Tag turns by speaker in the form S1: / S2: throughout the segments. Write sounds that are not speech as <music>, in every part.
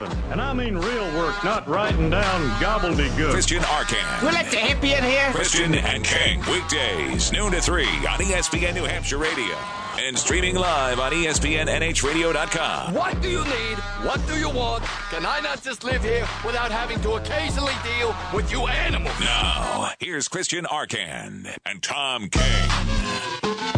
S1: And I mean real work, not writing down gobbledygook.
S2: Christian Arcan.
S3: We'll let the hippie in here.
S2: Christian and King. Weekdays, noon to 3 on E ESPN New Hampshire Radio. And streaming live on E ESPNNHradio.com.
S4: What do you need? What do you want? Can I not just live here without having to occasionally deal with you animals?
S2: Now, here's Christian Arcan and Tom King.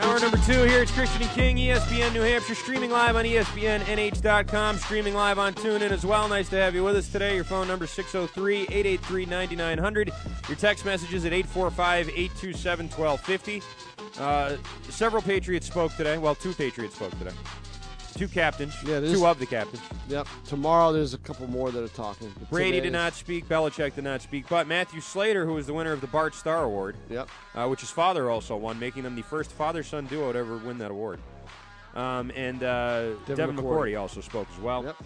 S5: Hour number two here. It's Christian and King, E ESPN New Hampshire, streaming live on E ESPNNH.com, streaming live on TuneIn as well. Nice to have you with us today. Your phone number 603 883 9900. Your text messages at 845 827 1250. Uh, Several Patriots spoke today. Well, two Patriots spoke today. Two captains.
S6: Yeah, it is-
S5: two of the captains.
S6: Yep. Tomorrow there's a couple more that are talking. but
S5: Brady
S6: today
S5: did not speak. Belichick did not speak. But Matthew Slater, who was the winner of the Bart Star Award,
S6: is- Yep.
S5: uh, which his father also won, making them the first father-son duo to ever win that award. Um, and uh, Devin,
S6: Devin
S5: McCourty.
S6: McCourty.
S5: also spoke as well
S6: Yep.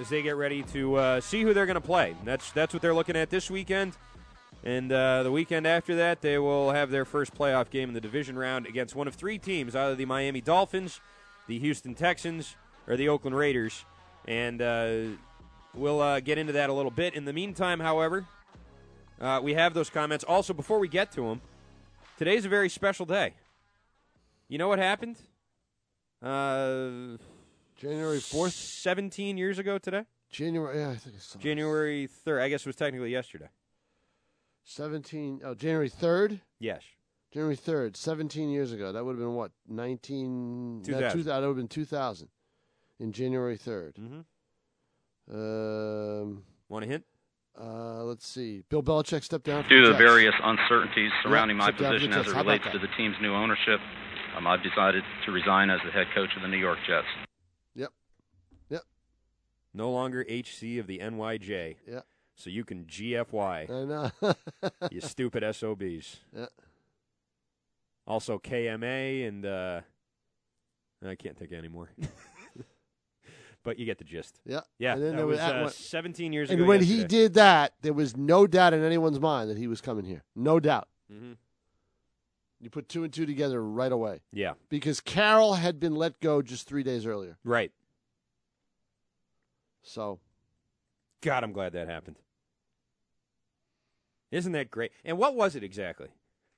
S5: as they get ready to uh, see who they're going to play. That's that's what they're looking at this weekend, and uh, the weekend after that, they will have their first playoff game in the division round against one of three teams: either the Miami Dolphins, the Houston Texans, or the Oakland Raiders. And uh, we'll uh, get into that a little bit. In the meantime, however, uh, we have those comments. Also, before we get to them, today's a very special day. You know what happened? Uh,
S6: January 4th.
S5: 17 years ago today?
S6: January. Yeah, I think it's something.
S5: January 3rd. I guess it was technically yesterday.
S6: 17. Oh, January 3rd.
S5: Yes.
S6: January 3rd, 17 years ago. That would have been what? 19.
S5: 2000.
S6: That, would have been 2000 in January 3rd.
S5: Mhm.
S6: Mm-hmm. Um,
S5: Want a hint?
S6: uh, let's see. Bill Belichick stepped down.
S7: Due to the
S6: from Jets.
S7: various uncertainties surrounding
S6: Yeah,
S7: my
S6: sit down with
S7: position
S6: the
S7: as it
S6: Jets. How about
S7: relates
S6: that?
S7: to the team's new ownership, um, I've decided to resign as the head coach of the New York Jets.
S5: No longer HC of the NYJ.
S6: Yeah.
S5: So you can GFY,
S6: I know. <laughs>
S5: you stupid SOBs.
S6: Yeah.
S5: Also KMA and uh, I can't think of
S6: <laughs>
S5: anymore. but you get the gist.
S6: yeah.
S5: Yeah.
S6: And then
S5: that
S6: there
S5: was,
S6: was that
S5: uh,
S6: one-
S5: 17 years ago.
S6: And when he
S5: yesterday.
S6: did that, there was no doubt in anyone's mind that he was coming here. No doubt.
S5: Mhm.
S6: You put two and two together right away
S5: Yeah.
S6: because Carroll had been let go just three days earlier.
S5: Right.
S6: So
S5: God, I'm glad that happened. Isn't that great? And what was it exactly?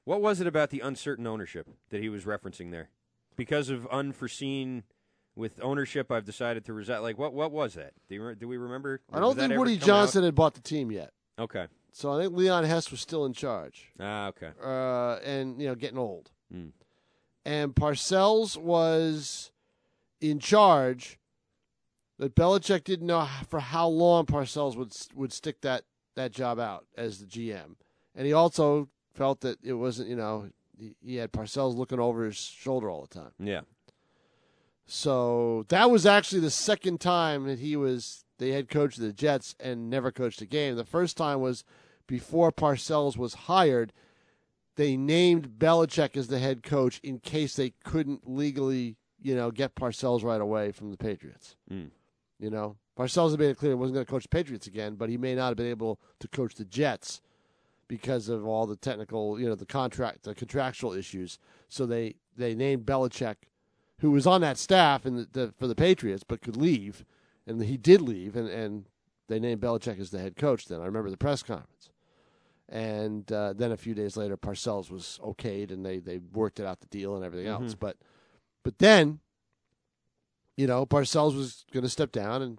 S5: What was it about the uncertain ownership that he was referencing there? Because of unforeseen with ownership, I've decided to resign. Like, what? What was that? Do, you, re- do we remember?
S6: I
S5: Was
S6: don't
S5: that
S6: think
S5: ever
S6: Woody
S5: come out?
S6: Johnson had bought the team yet.
S5: Okay.
S6: So I think Leon Hess was still in charge
S5: Ah, okay.
S6: uh, and, you know, getting old.
S5: Hmm.
S6: And Parcells was in charge, but Belichick didn't know h- for how long Parcells would s- would stick that, that job out as the GM. And he also felt that it wasn't, you know, he, he had Parcells looking over his shoulder all the time.
S5: Yeah.
S6: So that was actually the second time that he was the head coach of the Jets and never coached a game. The first time was before Parcells was hired. They named Belichick as the head coach in case they couldn't legally, you know, get Parcells right away from the Patriots.
S5: Mm.
S6: You know, Parcells had made it clear he wasn't going to coach the Patriots again, but he may not have been able to coach the Jets because of all the technical, you know, the contract, the contractual issues. So they they named Belichick who was on that staff and the, the, for the Patriots, but could leave, and he did leave, and, and they named Belichick as the head coach. Then I remember the press conference, and uh, then a few days later, Parcells was okayed, and they they worked it out the deal and everything else. But but then, you know, Parcells was going to step down, and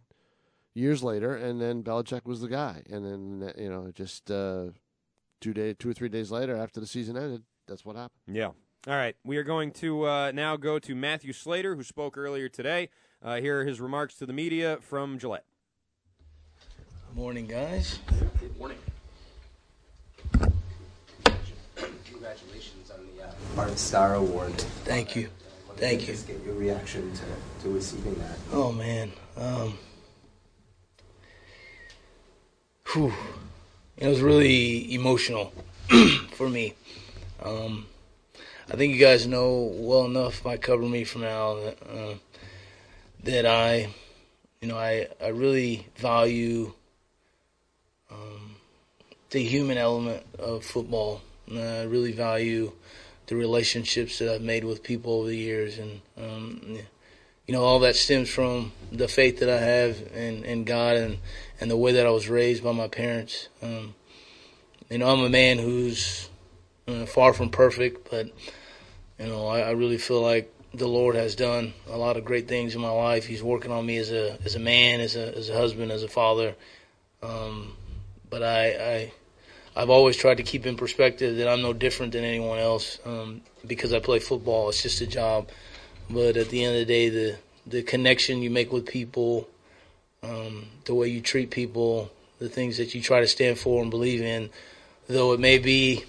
S6: years later, and then Belichick was the guy, and then you know just uh, two day two or three days later after the season ended, that's what happened.
S5: Yeah. All right. We are going to uh, now go to Matthew Slater, who spoke earlier today. Uh, here are his remarks to the media from Gillette.
S8: Morning, guys.
S9: Congratulations on the uh, Bart Star Award.
S8: Thank you. Thank you.
S9: Just get your reaction to, to receiving that.
S8: Oh man. Um. Whew. It was really emotional <clears throat> for me. Um, I think you guys know well enough by covering me for now that, uh, that I, you know, I I really value um, the human element of football. And I really value the relationships that I've made with people over the years, and um, you know all that stems from the faith that I have in, in God and and the way that I was raised by my parents. Um, you know, I'm a man who's uh, far from perfect, but you know, I, I really feel like the Lord has done a lot of great things in my life. He's working on me as a as a man, as a as a husband, as a father. Um, but I, I I've always tried to keep in perspective that I'm no different than anyone else um, because I play football. It's just a job. But at the end of the day, the the connection you make with people, um, the way you treat people, the things that you try to stand for and believe in, though it may be,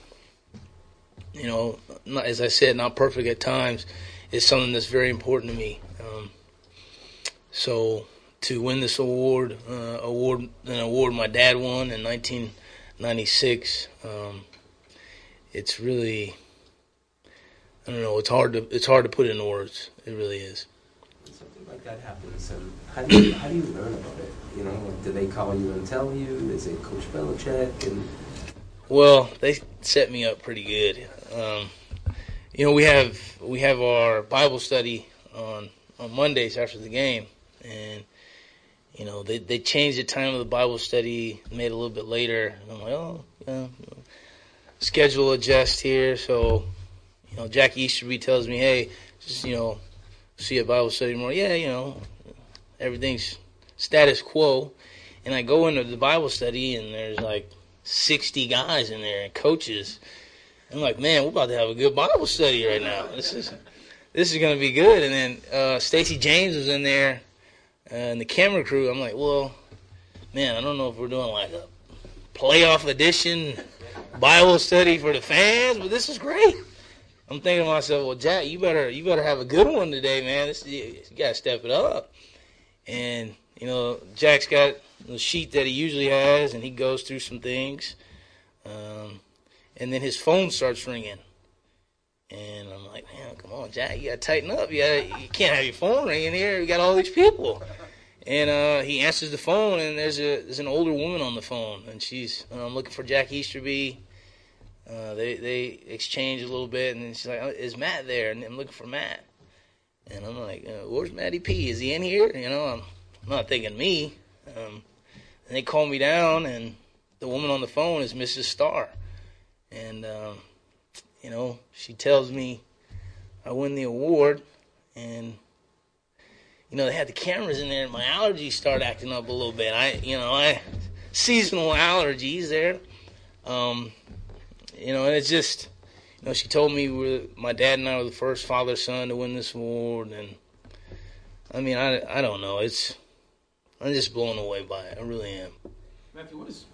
S8: you know, not, as I said, not perfect at times, is something that's very important to me. Um, so to win this award, uh, award an award my dad won in 1996, um, it's really, I don't know, it's hard to it's hard to put in words. It really is.
S9: Something like that happens, and how do you, how do you learn about it? You know, like, do they call you and tell you? Is it Coach Belichick? And
S8: Well, they set me up pretty good. Um, you know, we have we have our Bible study on on Mondays after the game, and you know they they changed the time of the Bible study, made it a little bit later. And I'm like, oh, yeah, schedule adjust here. So, you know, Jack Easterby tells me, hey, just you know, see a Bible study tomorrow. Yeah, you know, everything's status quo. And I go into the Bible study, and there's like 60 guys in there and coaches. I'm like, man, we're about to have a good Bible study right now. This is this is gonna be good. And then uh, Stacy James was in there, uh, and the camera crew. I'm like, well, man, I don't know if we're doing like a playoff edition Bible study for the fans, but this is great. I'm thinking to myself, well, Jack, you better you better have a good one today, man. This you, you gotta step it up. And you know, Jack's got the sheet that he usually has, and he goes through some things. Um, and then his phone starts ringing, and I'm like, "Man, come on, Jack, you gotta tighten up. You, gotta, you can't have your phone ringing here. We got all these people." And uh, he answers the phone, and there's a there's an older woman on the phone, and she's uh, I'm looking for Jack Easterby. Uh, they they exchange a little bit, and then she's like, "Oh, "Is Matt there?" And I'm looking for Matt. And I'm like, uh, "Where's Matty P? Is he in here?" You know, I'm, I'm not thinking me. Um, and they call me down, and the woman on the phone is Mrs. Starr. And, um, you know, she tells me I win the award, and, you know, they had the cameras in there, and my allergies start acting up a little bit. I, you know, I, seasonal allergies there. Um, you know, and it's just, you know, she told me we're, my dad and I were the first father son to win this award, and, I mean, I, I don't know. It's, I'm just blown away by it. I really am.
S3: Matthew, what is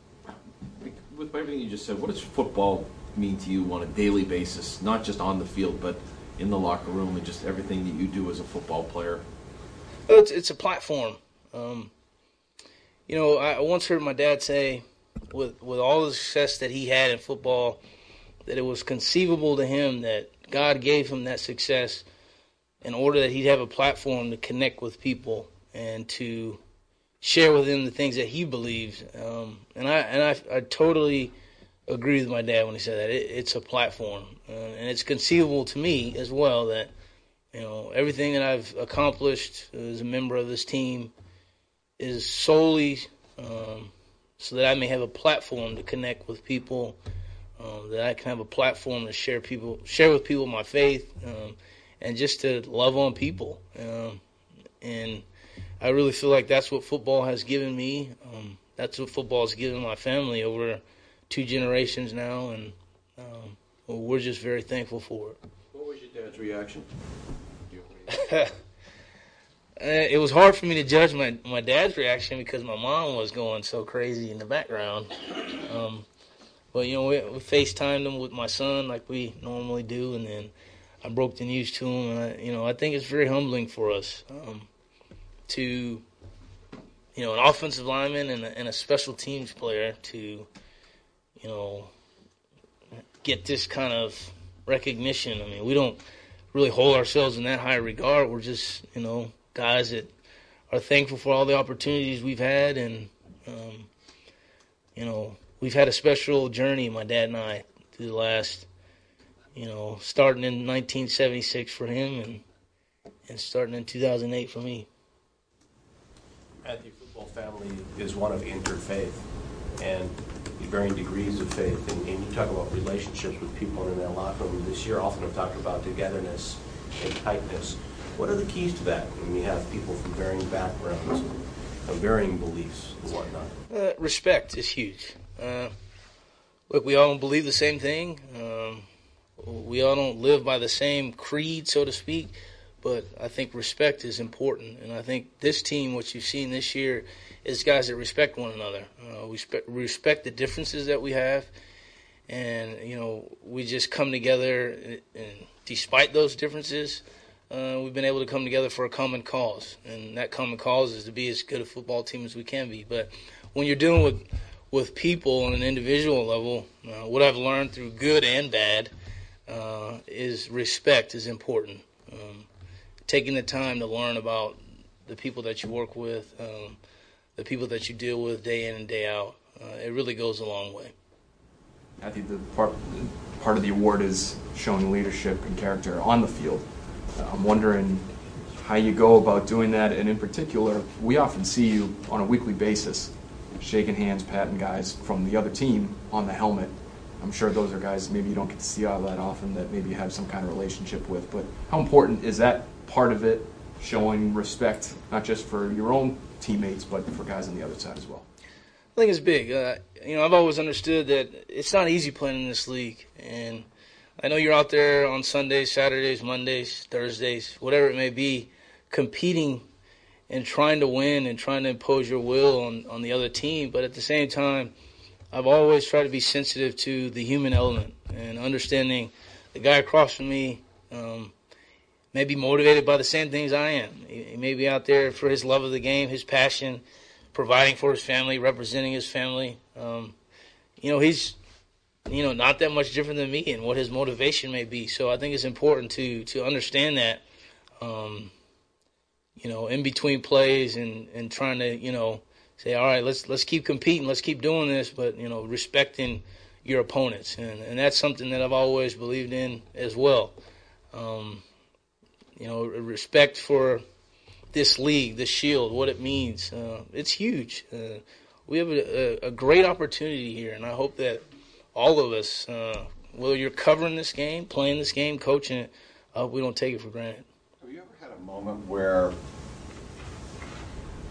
S3: with everything you just said? What does football mean to you on a daily basis, not just on the field, but in the locker room and just everything that you do as a football player?
S8: Well, Oh, it's it's a platform. Um, you know, I I once heard my dad say, with with all the success that he had in football, that it was conceivable to him that God gave him that success in order that he'd have a platform to connect with people and to share with them the things that he believes. Um, and I and I, I totally agree with my dad when he said that. It, it's a platform, uh, and it's conceivable to me as well that you know everything that I've accomplished as a member of this team is solely um, so that I may have a platform to connect with people, um, that I can have a platform to share people, share with people my faith, um, and just to love on people. Um, and I really feel like that's what football has given me. Um, that's what football has given my family over two generations now, and um, well, we're just very thankful for it.
S3: What was your dad's reaction?
S8: Uh, it was hard for me to judge my, my dad's reaction because my mom was going so crazy in the background. Um, but you know, we, we FaceTimed him with my son like we normally do, and then I broke the news to him. And I, you know, I think it's very humbling for us um, to, you know, an offensive lineman and a, and a special teams player to, you know, get this kind of recognition. I mean, we don't really hold ourselves in that high regard. We're just, you know, guys that are thankful for all the opportunities we've had, and um, you know, we've had a special journey, my dad and I, through the last, you know, starting in 1976 for him and and starting in 2008 for me.
S10: Matthew football family is one of interfaith and varying degrees of faith. And, and you talk about relationships with people in that locker room this year. Often have talked about togetherness and tightness. What are the keys to that when you have people from varying backgrounds, of varying beliefs, and whatnot?
S8: Uh, respect is huge. Uh, look, we all don't believe the same thing. Um, we all don't live by the same creed, so to speak. But I think respect is important, and I think this team, what you've seen this year, is guys that respect one another. Uh, we spe- respect the differences that we have, and you know we just come together. And, and despite those differences, uh, we've been able to come together for a common cause, and that common cause is to be as good a football team as we can be. But when you're dealing with with people on an individual level, uh, what I've learned through good and bad uh, is respect is important. Um, taking the time to learn about the people that you work with, um, the people that you deal with day in and day out, uh, it really goes a long way.
S11: I think the part, part of the award is showing leadership and character on the field. I'm wondering how you go about doing that, and in particular, we often see you on a weekly basis shaking hands, patting guys from the other team on the helmet. I'm sure those are guys maybe you don't get to see all that often that maybe you have some kind of relationship with, but how important is that part of it, showing respect, not just for your own teammates, but for guys on the other side as well?
S8: I think it's big. Uh, you know, I've always understood that it's not easy playing in this league, and I know you're out there on Sundays, Saturdays, Mondays, Thursdays, whatever it may be, competing and trying to win and trying to impose your will on on the other team. But at the same time, I've always tried to be sensitive to the human element and understanding the guy across from me. Um, may be motivated by the same things I am. He, he may be out there for his love of the game, his passion, providing for his family, representing his family. Um, you know, he's you know not that much different than me and what his motivation may be. So I think it's important to to understand that. Um, you know, in between plays and and trying to you know say, all right, let's let's keep competing, let's keep doing this, but you know, respecting your opponents, and and that's something that I've always believed in as well. Um, you know, respect for this league, this shield, what it means. Uh, it's huge. Uh, we have a, a, a great opportunity here, and I hope that all of us, uh, whether you're covering this game, playing this game, coaching it, I hope we don't take it for granted.
S12: Have you ever had a moment where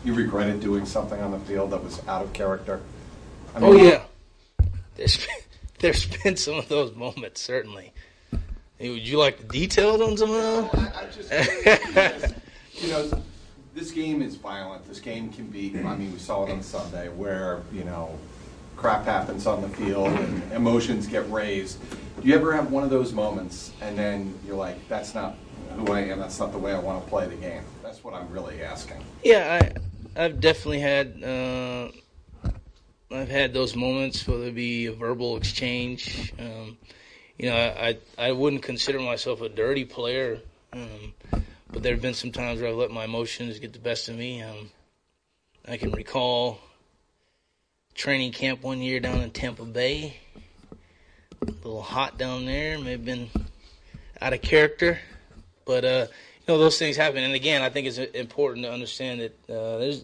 S12: you regretted doing something on the field that was out of character? I
S8: oh yeah, there's been, <laughs> there's been some of those moments certainly. Hey, would you like the detailed on some of those?
S12: I just, because, you know, this game is violent. This game can be, I mean, we saw it on Sunday where, you know, crap happens on the field and emotions get raised. Do you ever have one of those moments and then you're like, that's not who I am, that's not the way I want to play the game? That's what I'm really asking.
S8: Yeah, I, I've definitely had, uh, I've had those moments, whether it be a verbal exchange. Um, you know, I, I, I wouldn't consider myself a dirty player, um, but there have been some times where I've let my emotions get the best of me. Um, I can recall training camp one year down in Tampa Bay, a little hot down there, may have been out of character, but uh, you know those things happen. And again, I think it's uh, important to understand that uh, there's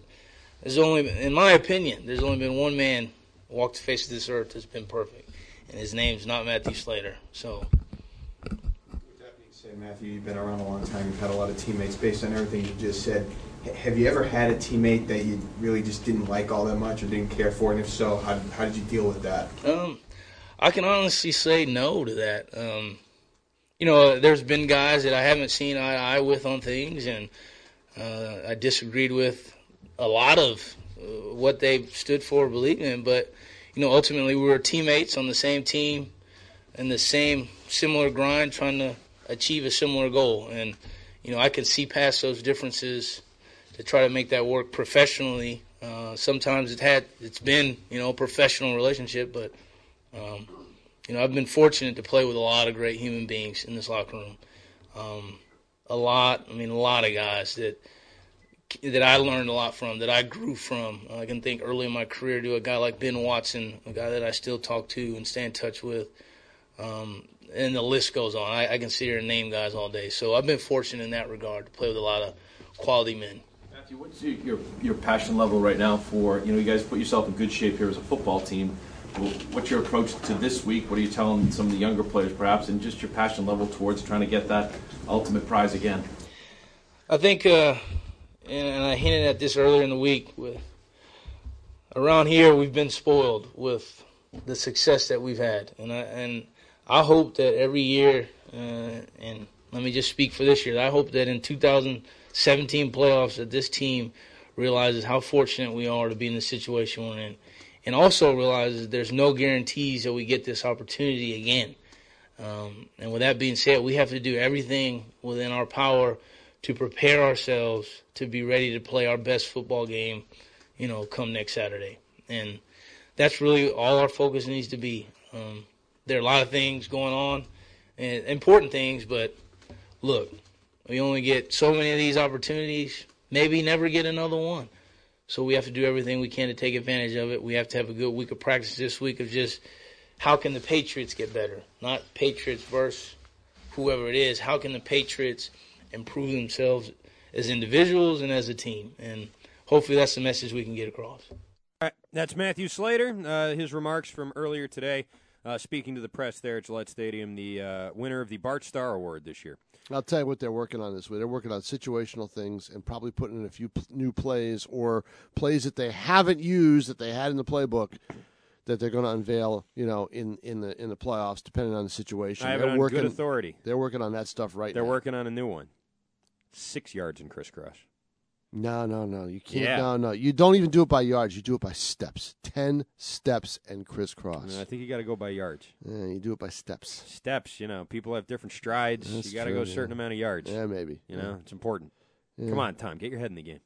S8: there's only, in my opinion, there's only been one man walk the face of this earth that's been perfect, and his name's not Matthew Slater. So.
S11: Say,
S10: Matthew,
S11: you've
S10: been around a long
S11: time.
S10: You've had a lot of teammates. Based on everything you just said, h- have you ever had a teammate that you really just didn't like all that much or didn't care for? And if so, how, how did you deal with that?
S8: Um, I can honestly say no to that. Um, you know, there's been guys that I haven't seen eye to eye with on things, and uh, I disagreed with a lot of uh, what they stood for, believed in. But you know, ultimately, we were teammates on the same team, in the same similar grind, trying to achieve a similar goal. And you know, I can see past those differences to try to make that work professionally. Uh, sometimes it had, it's been, you know, a professional relationship, but um, you know, I've been fortunate to play with a lot of great human beings in this locker room. Um, a lot, I mean, a lot of guys that that I learned a lot from, that I grew from. I can think early in my career to a guy like Ben Watson, a guy that I still talk to and stay in touch with. Um, and the list goes on. I, I can sit here and name guys all day. So I've been fortunate in that regard to play with a lot of quality men.
S3: Matthew, what's your, your, your passion level right now for, you know, you guys put yourself in good shape here as a football team. Well, What's your approach to this week? What are you telling some of the younger players perhaps? And just your passion level towards trying to get that ultimate prize again?
S8: I think, uh, and, and I hinted at this earlier in the week. With around here, we've been spoiled with the success that we've had, and I and I hope that every year, uh, and let me just speak for this year. I hope that in 2017 playoffs, that this team realizes how fortunate we are to be in the situation we're in, and also realizes there's no guarantees that we get this opportunity again. Um, and with that being said, we have to do everything within our power to prepare ourselves to be ready to play our best football game, you know, come next Saturday. And that's really all our focus needs to be. Um, there are a lot of things going on, and important things, but look, we only get so many of these opportunities, maybe never get another one. So we have to do everything we can to take advantage of it. We have to have a good week of practice this week of just how can the Patriots get better? Not Patriots versus whoever it is. How can the Patriots improve themselves as individuals and as a team? And hopefully that's the message we can get across.
S5: All right, that's Matthew Slater. Uh, his remarks from earlier today, uh, speaking to the press there at Gillette Stadium, the uh, winner of the Bart Starr Award this year.
S6: I'll tell you what they're working on this week. They're working on situational things and probably putting in a few p- new plays or plays that they haven't used that they had in the playbook that they're going to unveil, you know, in, in the in the playoffs, depending on the situation.
S5: I have it
S6: they're
S5: on
S6: working,
S5: good authority.
S6: They're working on that stuff right
S5: They're
S6: now.
S5: working on a new one. Six yards in crisscross.
S6: No, no, no. You can't.
S5: Yeah.
S6: No, no. You don't even do it by yards. You do it by steps. Ten steps and crisscross.
S5: And I think you got to go by yards.
S6: Yeah, you do it by steps.
S5: Steps, you know, people have different strides.
S6: That's
S5: you got to
S6: true,
S5: go a
S6: yeah.
S5: certain amount of yards.
S6: Yeah, maybe.
S5: You know,
S6: Yeah.
S5: it's important.
S6: Yeah.
S5: Come on, Tom, get your head in the game.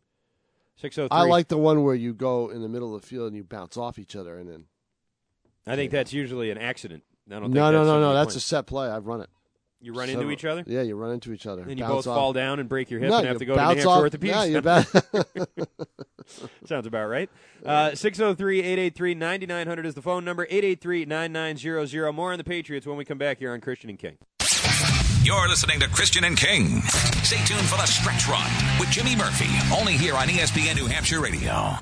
S5: 603.
S6: I like the one where you go in the middle of the field and you bounce off each other and then.
S5: I think that's usually an accident. I don't think
S6: no, no,
S5: that's
S6: no, no.
S5: something
S6: That's a
S5: you
S6: set play. I've run it.
S5: You run into each other?
S6: Yeah, you run into each other.
S5: Then you
S6: Bounce
S5: both
S6: off.
S5: fall down and break your hip
S6: No,
S5: and have
S6: you
S5: to go to New
S6: bounce
S5: Hampshire
S6: off-
S5: orthopedics.
S6: Yeah,
S5: <laughs>
S6: you bounce.
S5: Sounds about right. Uh, 603 883 9900 is the phone number 883 9900. More on the Patriots when we come back here on Christian and King.
S2: You're listening to Christian and King. Stay tuned for the stretch run with Jimmy Murphy, only here on E ESPN New Hampshire Radio.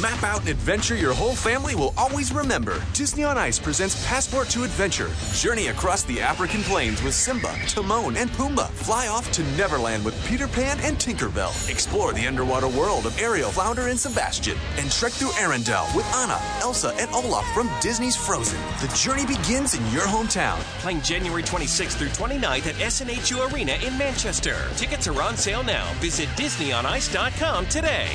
S13: Map out an adventure your whole family will always remember. Disney on Ice presents Passport to Adventure. Journey across the African plains with Simba, Timon, and Pumbaa. Fly off to Neverland with Peter Pan and Tinkerbell. Explore the underwater world of Ariel, Flounder, and Sebastian. And trek through Arendelle with Anna, Elsa, and Olaf from Disney's Frozen. The journey begins in your hometown.
S14: Playing January 26th through 29th at SNHU Arena in Manchester. Tickets are on sale now. Visit DisneyOnIce.com today.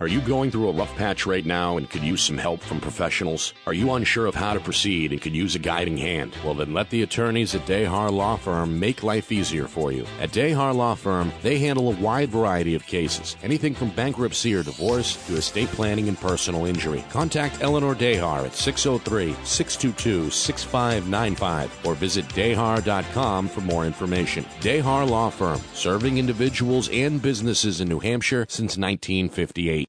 S15: Are you going through a rough patch right now and could use some help from professionals? Are you unsure of how to proceed and could use a guiding hand? Well, then let the attorneys at Dehar Law Firm make life easier for you. At Dehar Law Firm, they handle a wide variety of cases, anything from bankruptcy or divorce to estate planning and personal injury. Contact Eleanor Dehar at 603 622 6595 or visit dehar.com for more information. Dehar Law Firm, serving individuals and businesses in New Hampshire since 1958.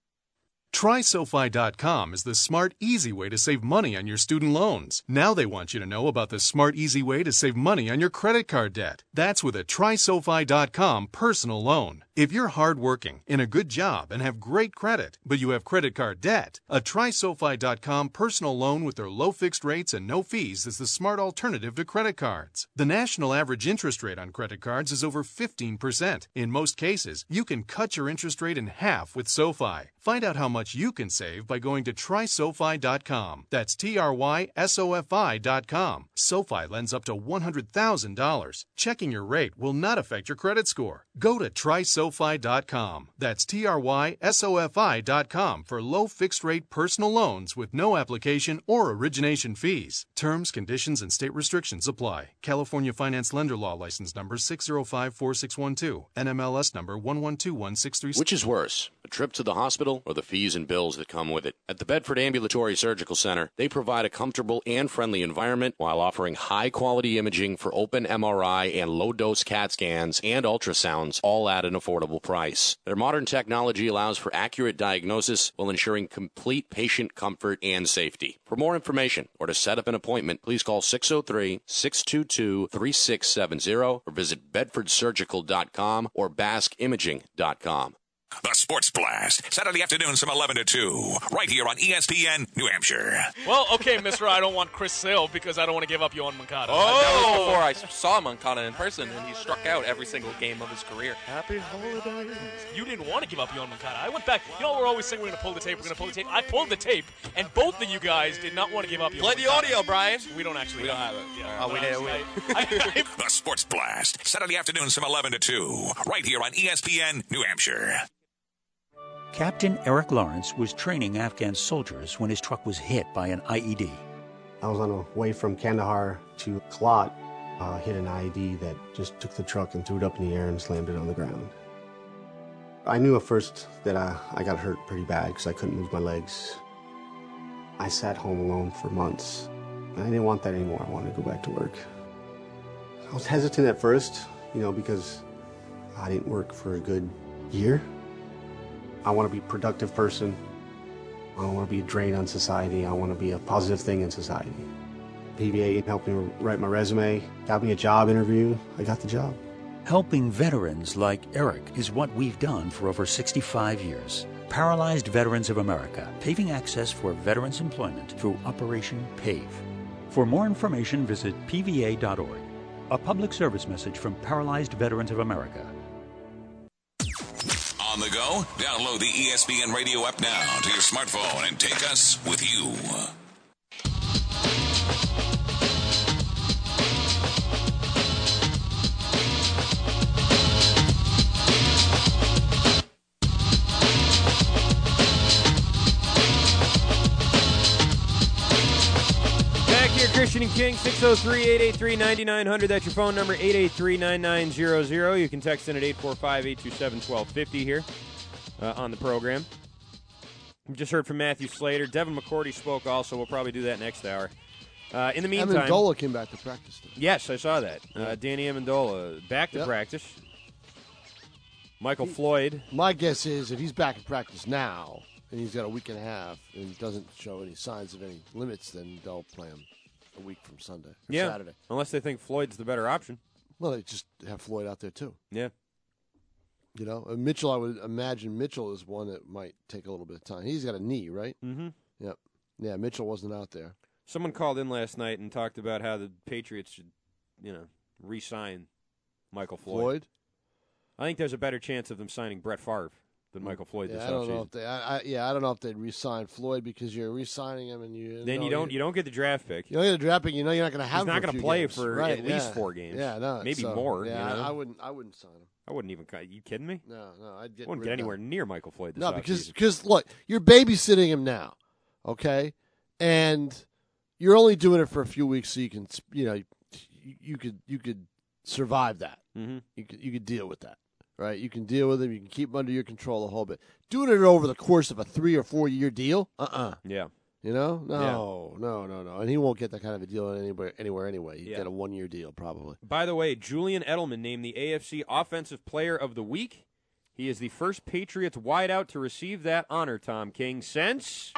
S16: TrySofi.com is the smart, easy way to save money on your student loans. Now they want you to know about the smart, easy way to save money on your credit card debt. That's with a TrySofi.com personal loan. If you're hardworking, in a good job, and have great credit, but you have credit card debt, a TrySofi.com personal loan with their low fixed rates and no fees is the smart alternative to credit cards. The national average interest rate on credit cards is over 15%. In most cases, you can cut your interest rate in half with SoFi. Find out how much you can save by going to trysofi.com. That's T R Y S O F I.com. SoFi lends up to $100,000. Checking your rate will not affect your credit score. Go to trysofi.com. That's T R Y S O F I.com for low fixed rate personal loans with no application or origination fees. Terms, conditions, and state restrictions apply. California Finance Lender Law License Number 6054612, NMLS Number 1121636.
S15: Which is worse, a trip to the hospital or the fees and bills that come with it? At the Bedford Ambulatory Surgical Center, they provide a comfortable and friendly environment while offering high quality imaging for open MRI and low dose CAT scans and ultrasounds, all at an affordable affordable price. Their modern technology allows for accurate diagnosis while ensuring complete patient comfort and safety. For more information or to set up an appointment, please call 603 622 3670 or visit bedfordsurgical.com or baskimaging.com.
S2: The Sports Blast, Saturday afternoons from 11 to 2, right here on E ESPN New Hampshire.
S17: Well, okay, Mr. I don't want Chris Sale because I don't want to give up Yohan Moncada.
S18: That was before I saw Moncada in person, and he struck out every single game of his career.
S17: Happy holidays. You didn't want to give up Yohan Moncada. I went back. You know, we're always saying we're going to pull the tape, we're going to pull the tape. I pulled the tape, and both of you guys did not want to give up Yohan
S18: Play the
S17: Moncada.
S18: audio, Brian.
S17: We don't actually
S18: We don't
S17: have
S18: have it.
S17: Yeah,
S18: Oh, we
S17: but
S18: did,
S17: I-
S18: we-
S2: the Sports Blast, Saturday afternoons from 11 to 2, right here on E ESPN New Hampshire.
S19: Captain Eric Lawrence was training Afghan soldiers when his truck was hit by an IED.
S20: I was on the way from Kandahar to Kalat, uh, hit an IED that just took the truck and threw it up in the air and slammed it on the ground. I knew at first that I, I got hurt pretty bad because I couldn't move my legs. I sat home alone for months. I didn't want that anymore. I wanted to go back to work. I was hesitant at first, you know, because I didn't work for a good year. I want to be a productive person. I want to be a drain on society. I want to be a positive thing in society. PVA helped me write my resume, got me a job interview. I got the job.
S19: Helping veterans like Eric is what we've done for over 65 years. Paralyzed Veterans of America, paving access for veterans' employment through Operation PAVE. For more information, visit pva.org. A public service message from Paralyzed Veterans of America.
S2: On the go, download the E ESPN radio app now to your smartphone and take us with you.
S5: Back here, Christian and King, 603 883 9900. That's your phone number, 883 9900. You can text in at 845 827 1250 here uh, on the program. We just heard from Matthew Slater. Devin McCourty spoke also. Well probably do that next hour. Uh, in the meantime,
S6: Amendola came back to practice.
S5: Yes, I saw that. Uh, Danny Amendola back to
S6: Yep.
S5: practice. Michael Floyd.
S6: My guess is if he's back in practice now and he's got a week and a half and doesn't show any signs of any limits, then they'll play him a week from Sunday or
S5: Yeah,
S6: Saturday.
S5: unless they think Floyd's the better option.
S6: Well, they just have Floyd out there too.
S5: Yeah.
S6: You know, and Mitchell. I would imagine Mitchell is one that might take a little bit of time. He's got a knee, right?
S5: Mm-hmm.
S6: Yep. Yeah, Mitchell wasn't out there.
S5: Someone called in last night and talked about how the Patriots should, you know, re-sign Michael Floyd.
S6: Floyd?
S5: I think there's a better chance of them signing Brett Favre than Michael Floyd
S6: Hmm. Yeah,
S5: this
S6: I don't know
S5: offseason.
S6: if they. I, I, yeah, I don't know if they'd re-sign Floyd because you're re-signing him and you.
S5: Then you don't you don't get the draft pick.
S6: You don't get a draft pick. You know you're not going to have.
S5: He's not
S6: going
S5: gonna
S6: to
S5: play for
S6: right,
S5: at least
S6: yeah.
S5: four games.
S6: Yeah, no,
S5: maybe
S6: so,
S5: more.
S6: Yeah,
S5: you know?
S6: I, I wouldn't. I wouldn't sign him.
S5: I wouldn't even. You kidding me?
S6: No, no, I'd get
S5: I wouldn't
S6: rid
S5: get
S6: of him.
S5: anywhere near Michael Floyd this
S6: No,
S5: offseason.
S6: because because look, you're babysitting him now, okay, and you're only doing it for a few weeks so you can you know you, you could you could survive that.
S5: Mm-hmm.
S6: You could you could deal with that, right? You can deal with him. You can keep him under your control a whole bit. Doing it over the course of a three or four year deal, uh uh
S5: Yeah.
S6: You know, no, no, no, no, and he won't get that kind of a deal anywhere anywhere anyway. He'd
S5: Yeah.
S6: get a one year deal probably.
S5: By the way, Julian Edelman named the AFC Offensive Player of the Week. He is the first Patriots wideout to receive that honor, Tom King, since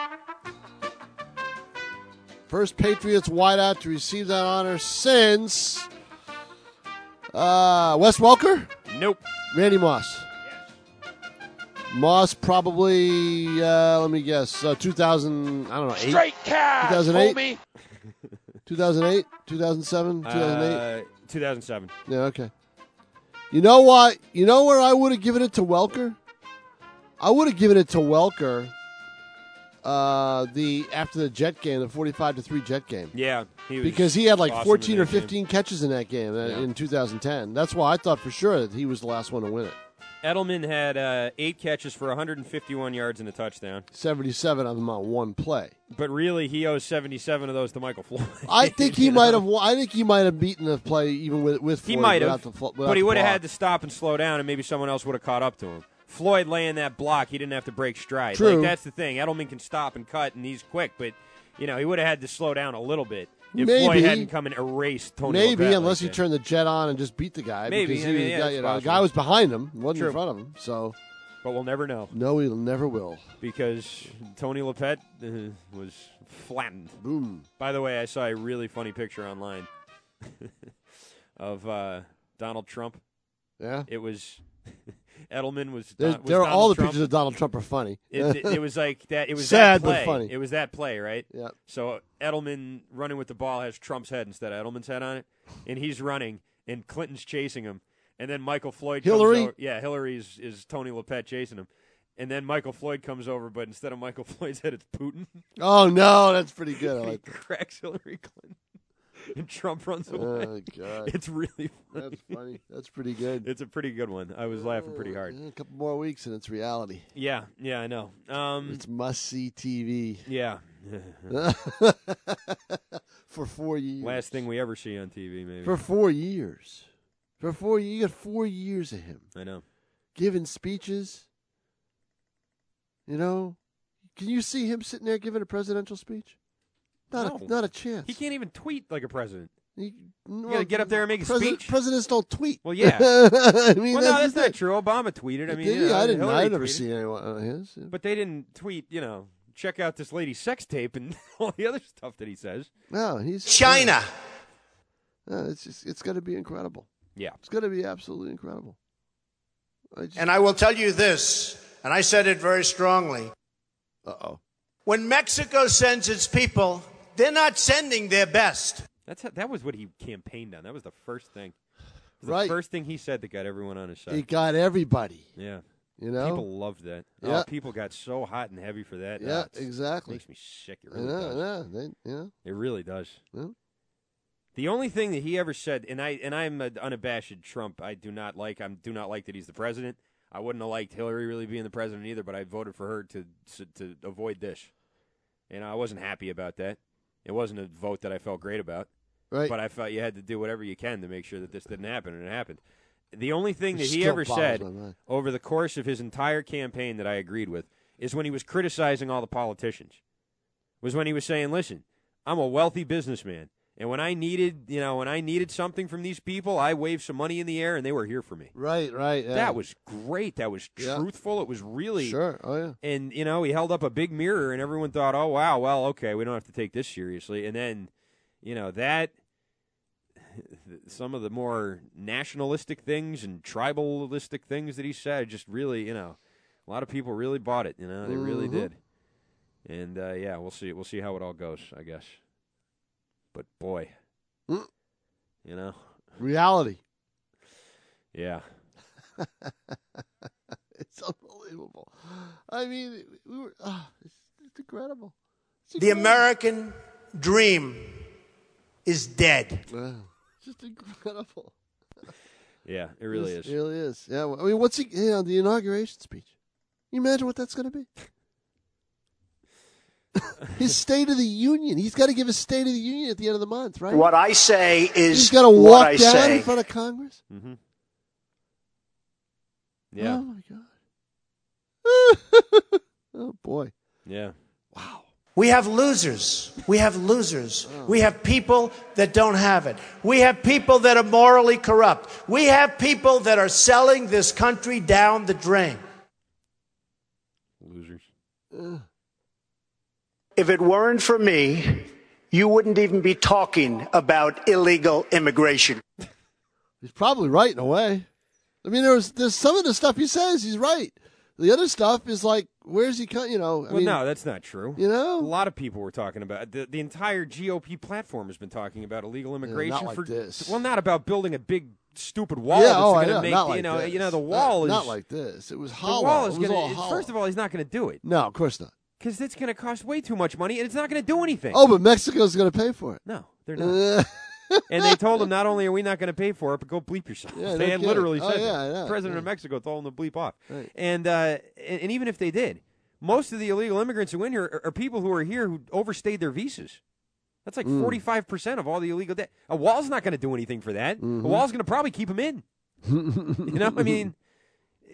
S6: First Patriots wideout to receive that honor since uh, Wes Welker?
S5: Nope.
S6: Randy Moss. Moss probably, uh, let me guess, uh, 2000, I don't know, eight?
S5: Straight cash,
S6: 2008? 2008? 2007? 2008?
S5: Uh, 2007.
S6: yeah, okay. You know what? You know where I would have given it to Welker? I would have given it to Welker uh, the after the Jet game, the 45 to 3 Jet game.
S5: Yeah, he was
S6: because he had like
S5: awesome in
S6: 14 or
S5: that game.
S6: 15 catches in that game uh, in 2010. That's why I thought for sure that he was the last one to win it.
S5: Edelman had uh, eight catches for 151 yards and a touchdown.
S6: 77 of them on one
S5: <laughs>
S6: play.
S5: But really, he owes 77 of those to Michael Floyd.
S6: I
S5: <laughs>
S6: think he might have. won- I think he might have beaten the play even with with
S5: He
S6: Floyd
S5: might have,
S6: without the fl- without
S5: but he
S6: the
S5: would have
S6: block.
S5: had to stop and slow down, and maybe someone else would have caught up to him. Floyd laying that block, he didn't have to break stride.
S6: True.
S5: Like, that's the thing. Edelman can stop and cut, and he's quick, but you know he would have had to slow down a little bit. If
S6: Maybe.
S5: Floyd hadn't come and erased Tony
S6: Maybe,
S5: Lopez
S6: unless
S5: like
S6: you turn the jet on and just beat the guy.
S5: Maybe,
S6: because
S5: I
S6: he-
S5: mean, yeah,
S6: got-
S5: it's
S6: you know, the
S5: possible.
S6: guy was behind him, wasn't
S5: True.
S6: in front of him. So,
S5: but we'll never know
S6: no, he never will.
S5: because Tony Lapet uh, was flattened.
S6: Boom.
S5: By the way, I saw a really funny picture online <laughs> of uh, Donald Trump.
S6: Yeah,
S5: it was <laughs> Edelman was.
S6: There,
S5: Don- was
S6: there are all
S5: Donald
S6: the
S5: Trump.
S6: pictures of Donald Trump are funny.
S5: It, it, it was like that. It was
S6: sad
S5: that play.
S6: but funny.
S5: It was that play, right?
S6: <laughs> Yeah.
S5: So Edelman running with the ball has Trump's head instead of Edelman's head on it, and he's running, and Clinton's chasing him, and then Michael Floyd.
S6: Hillary?
S5: Comes over, yeah, Hillary's is Tony Lepet chasing him, and then Michael Floyd comes over, but instead of Michael <laughs> Floyd's head, it's Putin.
S6: Oh no, that's pretty good. <laughs> I
S5: And he <laughs>
S6: like that.
S5: cracks Hillary Clinton, <laughs> and Trump runs
S6: Oh,
S5: away.
S6: God.
S5: It's really funny.
S6: That's funny. That's pretty good.
S5: It's a pretty good one. I was laughing pretty hard.
S6: A couple more weeks and it's reality.
S5: Yeah, yeah, I know. Um,
S6: it's must see TV. <laughs>
S5: Yeah.
S6: For four years.
S5: Last thing we ever see on TV, maybe.
S6: For four years. For four years. You got four years of him
S5: I know.
S6: giving speeches. You know, can you see him sitting there giving a presidential speech? Not,
S5: No.
S6: a, not a chance.
S5: He can't even tweet like a president.
S6: You
S5: gotta get up there and make a
S6: President-
S5: speech.
S6: Presidents don't tweet.
S5: Well, yeah.
S6: <laughs> I mean,
S5: well,
S6: that's
S5: no, that's
S6: the
S5: not
S6: thing.
S5: true. Obama tweeted. I mean,
S6: Did he?
S5: you know,
S6: I didn't.
S5: Hillary
S6: I never
S5: tweeted.
S6: seen anyone on his.
S5: But they didn't tweet. You know, check out this lady's sex tape and <laughs> all the other stuff that he says.
S6: No, he's
S5: China.
S6: No, it's just it's going to be incredible.
S5: Yeah.
S6: It's going to be absolutely incredible.
S21: And I will tell you this, and I said it very strongly. Uh oh. When Mexico sends its people, they're not sending their best.
S5: That's how, that was what he campaigned on. That was the first thing. It was
S6: Right.
S5: The first thing he said that got everyone on his side.
S6: It got everybody.
S5: yeah.
S6: You know?
S5: People loved that.
S6: Yeah.
S5: Oh, people got so hot and heavy for that.
S6: Yeah,
S5: Ah, it's-
S6: exactly.
S5: Makes me sick. It
S6: I
S5: really does.
S6: know, yeah, they, yeah.
S5: It really does.
S6: Yeah.
S5: The only thing that he ever said, and I and I'm an unabashed Trump. I do not like. I do not like that he's the president. I wouldn't have liked Hillary really being the president either, but I voted for her to to avoid this, and I wasn't happy about that. It wasn't a vote that I felt great about.
S6: Right.
S5: But I felt you had to do whatever you can to make sure that this didn't happen, and it happened. The only thing
S6: It
S5: that he
S6: still
S5: ever
S6: boggles
S5: said
S6: my mind.
S5: over the course of his entire campaign that I agreed with is when he was criticizing all the politicians was when he was saying, "Listen, I'm a wealthy businessman, and when I needed, you know, when I needed something from these people, I waved some money in the air, and they were here for me."
S6: Right, right. yeah.
S5: That was great. That was
S6: Yeah.
S5: truthful. It was really
S6: Sure. Oh yeah.
S5: And you know, he held up a big mirror, and everyone thought, "Oh wow, well, okay, we don't have to take this seriously." And then, you know, that <sighs> some of the more nationalistic things and tribalistic things that he said just really, you know, a lot of people really bought it. You know, they really
S6: Mhm.
S5: did. And uh, yeah, we'll see. We'll see how it all goes, I guess. But boy,
S6: Mm.
S5: you know,
S6: Reality. <laughs>
S5: yeah,
S6: It's unbelievable. I mean, we were. ah, it's, it's incredible. It's
S21: The
S6: incredible.
S21: American dream is dead.
S6: It's just incredible.
S5: yeah, it really
S6: This
S5: is.
S6: really is. Yeah. well, I mean, what's he, you know, the inauguration speech? Can you imagine what that's going
S5: <laughs>
S6: to be? his State of the Union. He's got to give a State of the Union at the end of the month, right?
S21: What I say is
S6: He's got to
S21: what
S6: walk
S21: I
S6: down
S21: say.
S6: in front of Congress.
S5: Mm-hmm. Yeah,
S6: Oh my god. <laughs> Oh boy.
S5: yeah.
S21: We have losers. We have losers. We have people that don't have it. We have people that are morally corrupt. We have people that are selling this country down the drain.
S5: Losers.
S21: If it weren't for me, you wouldn't even be talking about illegal immigration.
S6: He's probably right in a way. I mean, there's there's some of the stuff he says he's right. The other stuff is like, where's he coming? You know, I
S5: well,
S6: mean,
S5: no, that's not true.
S6: You
S5: a
S6: know,
S5: lot of people were talking about the, the entire GOP platform has been talking about illegal immigration
S6: like
S5: for
S6: this.
S5: well, not about building a big stupid wall
S6: Yeah,
S5: that's
S6: oh, I
S5: going to
S6: know,
S5: make
S6: not
S5: you
S6: like
S5: know
S6: this.
S5: you know the
S6: Not-
S5: wall is
S6: not like this. It was hollow.
S5: The wall is
S6: It was
S5: gonna-
S6: all hollow.
S5: first of all, he's not going to do it
S6: no, of course not.
S5: because it's going to cost way too much money and it's not going to do anything.
S6: Oh, uh, but Mexico's going to pay for it.
S5: No, they're
S6: <laughs>
S5: not. and they told him not only are we not going to pay for it, but go bleep yourself.
S6: Yeah,
S5: <laughs>
S6: no
S5: they had
S6: kidding.
S5: literally
S6: Oh,
S5: said
S6: yeah,
S5: that.
S6: I know,
S5: President
S6: yeah.
S5: of Mexico told them to bleep off.
S6: Right.
S5: And, uh, and and even if they did, most of the illegal immigrants who in here are, are people who are here who overstayed their visas. That's like
S6: Mm.
S5: forty five percent of all the illegal. De- a wall's not going to do anything for that.
S6: Mhm.
S5: A wall's going to probably keep them
S6: <laughs>
S5: in. You know, I mean,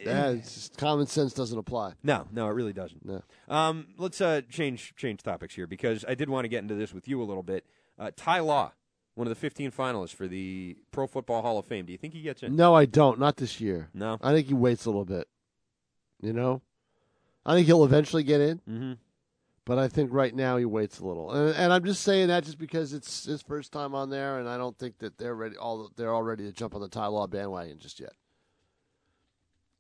S6: Yeah, it's just- common sense doesn't apply.
S5: no, no, it really doesn't.
S6: No.
S5: Um, let's uh, change change topics here because I did want to get into this with you a little bit. Uh, Ty Law, one of the 15 finalists for the Pro Football Hall of Fame. Do you think he gets in?
S6: No, I don't. Not this year.
S5: No.
S6: I think he waits a little bit. You know, I think he'll eventually get in.
S5: Mm-hmm.
S6: But I think right now he waits a little, and, and I'm just saying that just because it's his first time on there, and I don't think that they're ready. All they're all ready to jump on the Ty Law bandwagon just yet.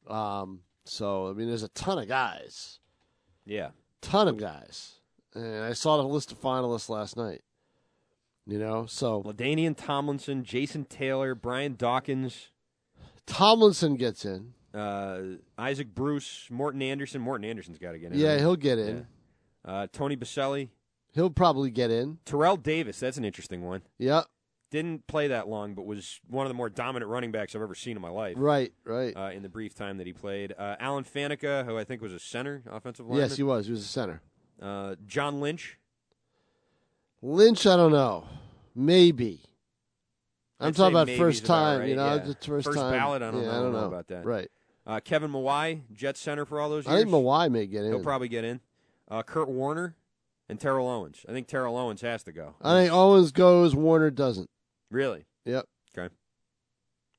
S6: Um. So I mean, there's a ton of guys,
S5: Yeah.
S6: ton of guys, and I saw the list of finalists last night. You know, so
S5: Ladanian Tomlinson, Jason Taylor, Brian Dawkins,
S6: Tomlinson gets in.
S5: uh, Isaac Bruce, Morton Anderson. Morton Anderson's got to get in.
S6: Yeah,
S5: right?
S6: he'll get in.
S5: Yeah. Uh, Tony Baselli,
S6: He'll probably get in.
S5: Terrell Davis. That's an interesting one.
S6: Yep.
S5: Didn't play that long, but was one of the more dominant running backs I've ever seen in my life.
S6: Right, right.
S5: Uh, in the brief time that he played, uh, Alan Faneca, who I think was a center, offensive lineman.
S6: Yes, he was. He was a center.
S5: Uh, John Lynch.
S6: Lynch, I don't know. Maybe. I'm
S5: I'd
S6: talking
S5: say
S6: about
S5: maybe's
S6: first time,
S5: right,
S6: you know,
S5: yeah.
S6: just first, time.
S5: ballot. I don't,
S6: Yeah,
S5: know,
S6: I don't know
S5: about that.
S6: Right.
S5: Uh, Kevin Mawai, Jet center for all those years.
S6: I think Mawai may get in.
S5: He'll probably get in. Uh, Kurt Warner and Terrell Owens. I think Terrell Owens has to go.
S6: I think Owens goes, Warner doesn't.
S5: Really?
S6: Yep.
S5: Okay.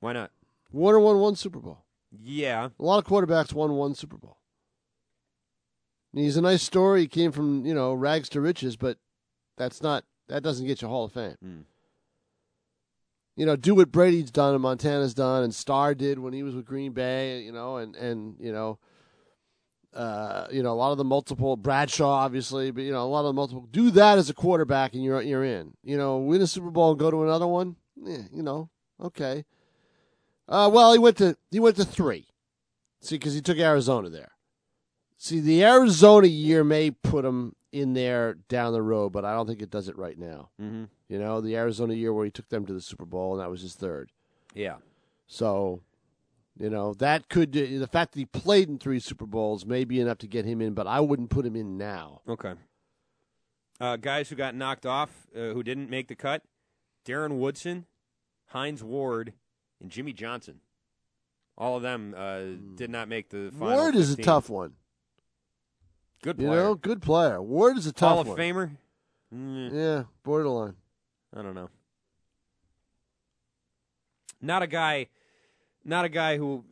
S5: Why not?
S6: Warner won one Super Bowl.
S5: Yeah.
S6: A lot of quarterbacks won one Super Bowl. And he's a nice story. He came from, you know, rags to riches, but that's not that doesn't get you Hall of Fame. You know, do what Brady's done and Montana's done and Starr did when he was with Green Bay, you know, and and you know uh, you know, a lot of the multiple Bradshaw obviously, but you know, a lot of the multiple do that as a quarterback and you're you're in. You know, win a Super Bowl and go to another one. Yeah, you know, okay. Uh, well, he went to he went to three. See, because he took Arizona there. See, the Arizona year may put him in there down the road, but I don't think it does it right now.
S5: Mm-hmm.
S6: You know, the Arizona year where he took them to the Super Bowl, and that was his third.
S5: Yeah.
S6: So, you know, that could the fact that he played in three Super Bowls may be enough to get him in, but I wouldn't put him in now.
S5: Okay. Uh, guys who got knocked off, uh, who didn't make the cut Darren Woodson, Heinz Ward, and Jimmy Johnson. All of them uh, did not make the final.
S6: Ward is a
S5: 15.
S6: tough one.
S5: Good
S6: You
S5: player.
S6: know, good player. Ward is a tough
S5: Hall of
S6: one.
S5: Famer? Mm,
S6: Yeah, borderline.
S5: I don't know. Not a guy, not a guy who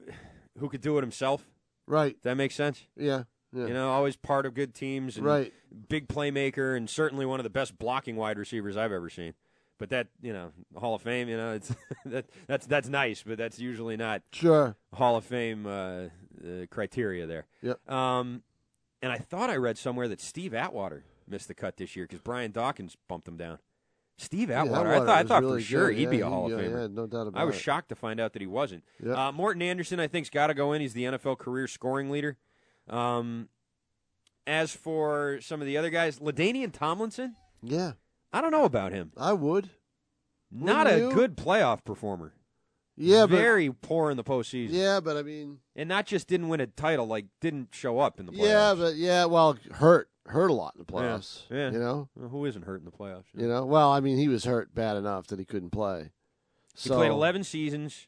S5: who could do it himself.
S6: Right.
S5: That makes sense.
S6: Yeah. yeah.
S5: You know, always part of good teams. And
S6: Right.
S5: Big playmaker and certainly one of the best blocking wide receivers I've ever seen. But that, you know, Hall of Fame. You know, it's <laughs> that, that's that's nice, but that's usually not
S6: Sure.
S5: Hall of Fame uh, uh, criteria there.
S6: Yep.
S5: Um, and I thought I read somewhere that Steve Atwater missed the cut this year because Brian Dawkins bumped him down. Steve
S6: Yeah,
S5: Atwater, I
S6: Atwater
S5: thought, I
S6: was
S5: thought
S6: really
S5: for sure
S6: good.
S5: he'd be
S6: Yeah,
S5: a
S6: he-
S5: Hall
S6: yeah,
S5: of Famer.
S6: yeah, no doubt
S5: I
S6: about
S5: was
S6: it.
S5: shocked to find out that he wasn't.
S6: Yep.
S5: Uh, Morton Anderson, I think, has got to go in. He's the NFL career scoring leader. Um, as for some of the other guys, Ladanian Tomlinson,
S6: Yeah.
S5: I don't know about him.
S6: I would.
S5: Not
S6: Wouldn't
S5: a
S6: you?
S5: good playoff performer.
S6: Yeah, but-
S5: very poor in the postseason.
S6: Yeah, but I mean,
S5: and not just didn't win a title, like didn't show up in the playoffs.
S6: Yeah, but yeah, well, hurt hurt a lot in the playoffs.
S5: Yeah, yeah.
S6: you know,
S5: Well, who isn't hurt in the playoffs?
S6: you know. Well, I mean, he was hurt bad enough that he couldn't play.
S5: He
S6: So-
S5: played 11 seasons,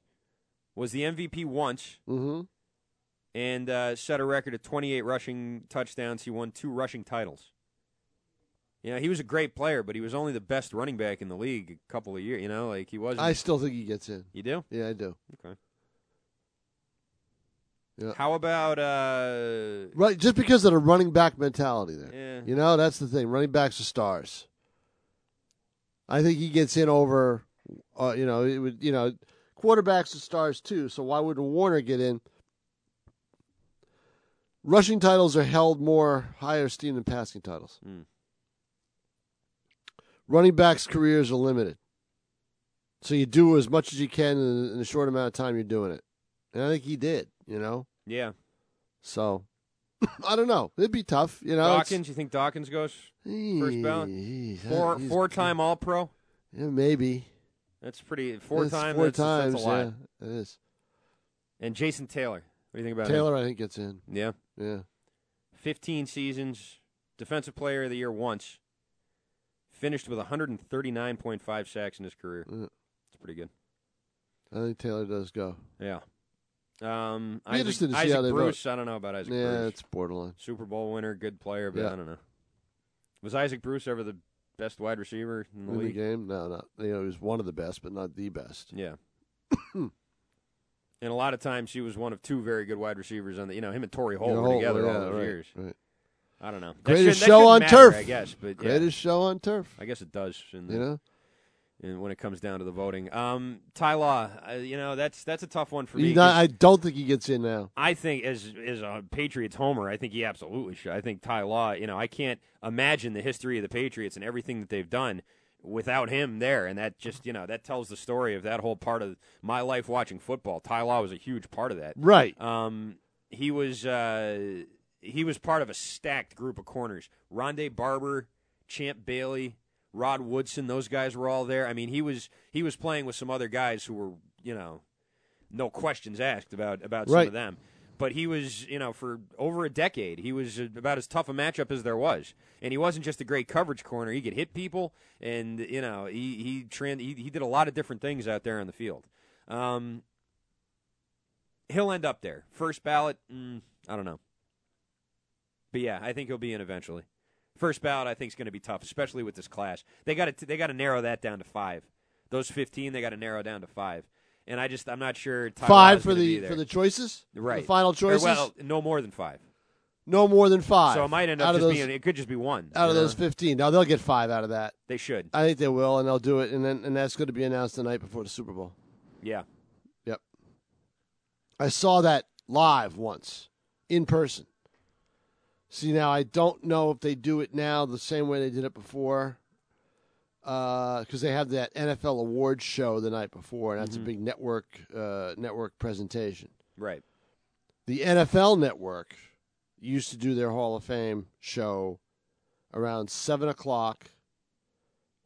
S5: was the MVP once,
S6: Mhm.
S5: and uh, set a record of 28 rushing touchdowns. He won two rushing titles. You know, he was a great player, but he was only the best running back in the league a couple of years. You know, like he wasn't.
S6: I still think he gets in.
S5: You do?
S6: Yeah, I do.
S5: Okay.
S6: Yeah.
S5: How about uh, eh,
S6: Right, just because of the running back mentality there.
S5: Yeah.
S6: You know, that's the thing. Running backs are stars. I think he gets in over, uh, you know, it would, you know, quarterbacks are stars too. So why wouldn't Warner get in? Rushing titles are held more higher esteem than passing titles. Running backs' careers are limited, so you do as much as you can in, in a short amount of time. You're doing it, and I think he did. You know,
S5: yeah,
S6: so <coughs> I don't know. It'd be tough, you know. it's-
S5: Dawkins? You think Dawkins goes first ballot?
S6: Jeez,
S5: Four
S6: he's-
S5: four time All Pro.
S6: Yeah, maybe
S5: That's pretty four
S6: That's
S5: time.
S6: Four
S5: that's,
S6: times.
S5: That's a lot.
S6: Yeah, it is.
S5: And Jason Taylor. What do you think about him?
S6: Taylor, I think gets in.
S5: Yeah.
S6: Yeah.
S5: 15 seasons, defensive player of the year once. Finished with 139.5 sacks in his career. That's pretty good.
S6: I think Taylor does go.
S5: Yeah. Um,
S6: Be
S5: Isaac,
S6: interested to see
S5: Isaac
S6: how they vote.
S5: Bruce. I don't know about Isaac
S6: Yeah,
S5: Bruce.
S6: it's borderline.
S5: Super Bowl winner, good player, but
S6: Yeah.
S5: I don't know. Was Isaac Bruce ever the best wide receiver in the
S6: in the
S5: league.
S6: game? No, not you know, he was one of the best, but not the best. <coughs>
S5: Yeah. And a lot of times she was one of two very good wide receivers on the, you know, him and Torrey Holt were
S6: Holt,
S5: together
S6: yeah,
S5: all those
S6: right,
S5: years.
S6: right.
S5: I don't know. That shouldn't-
S6: Greatest
S5: that
S6: show
S5: shouldn't
S6: on
S5: matter,
S6: turf.
S5: I guess, but yeah. Mm-hmm.
S6: greatest show on turf.
S5: I guess it does. In
S6: You know?
S5: in- when it comes down to the voting, um, Ty Law, uh, you know, that's that's a tough one for
S6: He
S5: me.
S6: not-
S5: 'cause
S6: I don't think he gets in now.
S5: I think as as a Patriots homer, I think he absolutely should. I think Ty Law, you know, I can't imagine the history of the Patriots and everything that they've done without him there, and that just you know that tells the story of that whole part of my life watching football. Ty Law was a huge part of that,
S6: Right.
S5: Um, he was uh, he was part of a stacked group of corners: Rondé Barber, Champ Bailey, Rod Woodson. Those guys were all there. I mean, he was he was playing with some other guys who were you know no questions asked about about some
S6: Right.
S5: of them. But he was, you know, for over a decade, he was about as tough a matchup as there was, and he wasn't just a great coverage corner. He could hit people, and you know, he he tran- he, he did a lot of different things out there on the field. Um, he'll end up there, first ballot. Mm, I don't know, but yeah, I think he'll be in eventually. First ballot, I think, is going to be tough, especially with this class. They got to they got to narrow that down to five. Those fifteen, they got to narrow down to five. And I just I'm not sure Ty
S6: Five
S5: Law's
S6: for
S5: gonna
S6: the-
S5: be there.
S6: for the choices? For the
S5: right?
S6: final
S5: Or,
S6: choices?
S5: well, no more than five.
S6: No more than five.
S5: So it might end
S6: out
S5: up
S6: of
S5: just
S6: those,
S5: being it could just be one
S6: out of
S5: you know?
S6: those fifteen. Now they'll get five out of that.
S5: They should.
S6: I think they will, and they'll do it, and then and that's going to be announced the night before the Super Bowl.
S5: Yeah.
S6: Yep. I saw that live once in person. See, now I don't know if they do it now the same way they did it before because they have that NFL awards show the night before, and that's
S5: Mhm.
S6: a big network uh, network presentation.
S5: Right.
S6: The NFL Network used to do their Hall of Fame show around seven o'clock,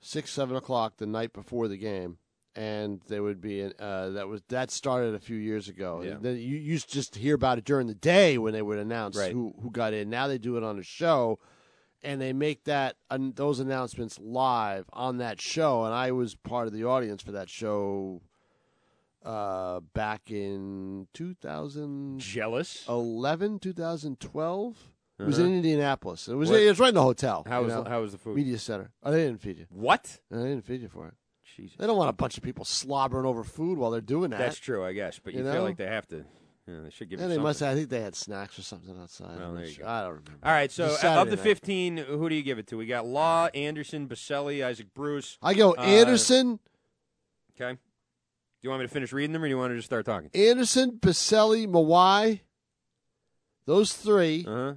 S6: six seven o'clock the night before the game, and they would be uh, that was that started a few years ago.
S5: Yeah.
S6: Then you used to just hear about it during the day when they would announce
S5: Right.
S6: who who got in. Now they do it on a show, and they make that an those announcements live on that show. And I was part of the audience for that show uh, back in 2000
S5: jealous
S6: 11 2012 it was
S5: Uh-huh.
S6: in indianapolis it was
S5: What-
S6: it was right in the hotel
S5: How
S6: you
S5: was
S6: know?
S5: the- how was the food?
S6: media center oh, they didn't feed you
S5: what
S6: no, they didn't feed you for it
S5: Jesus.
S6: they don't want a bunch of people slobbering over food while they're doing that
S5: That's true, I guess. But you,
S6: You
S5: feel
S6: know?
S5: like they have to. You know, they should give.
S6: yeah,
S5: you
S6: they
S5: something.
S6: must. I think they had snacks or something outside.
S5: Well,
S6: I'm
S5: there
S6: not
S5: you
S6: sure.
S5: go.
S6: I don't remember.
S5: All right,
S6: It was
S5: so uh,
S6: a
S5: of
S6: Saturday
S5: the
S6: night.
S5: 15, who do you give it to? We got Law, Anderson, Baselli, Isaac Bruce.
S6: I go
S5: Uh,
S6: Anderson,
S5: Okay. Do you want me to finish reading them, or do you want to just start talking?
S6: Anderson, Baselli, Mawai. Those three.
S5: Uh-huh.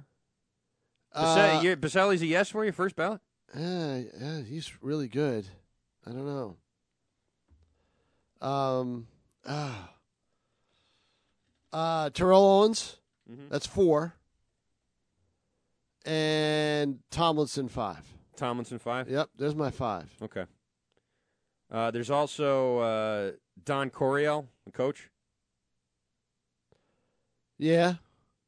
S6: Uh,
S5: Baselli, you're- Baselli's a yes for you, first ballot.
S6: Uh, yeah, he's really good. I don't know. Um, uh, uh, Terrell Owens,
S5: Mm-hmm.
S6: that's four, and Tomlinson five.
S5: Tomlinson five.
S6: Yep, there's my five.
S5: Okay. Uh, there's also uh, Don Coryell, the coach <laughs>
S6: Yeah,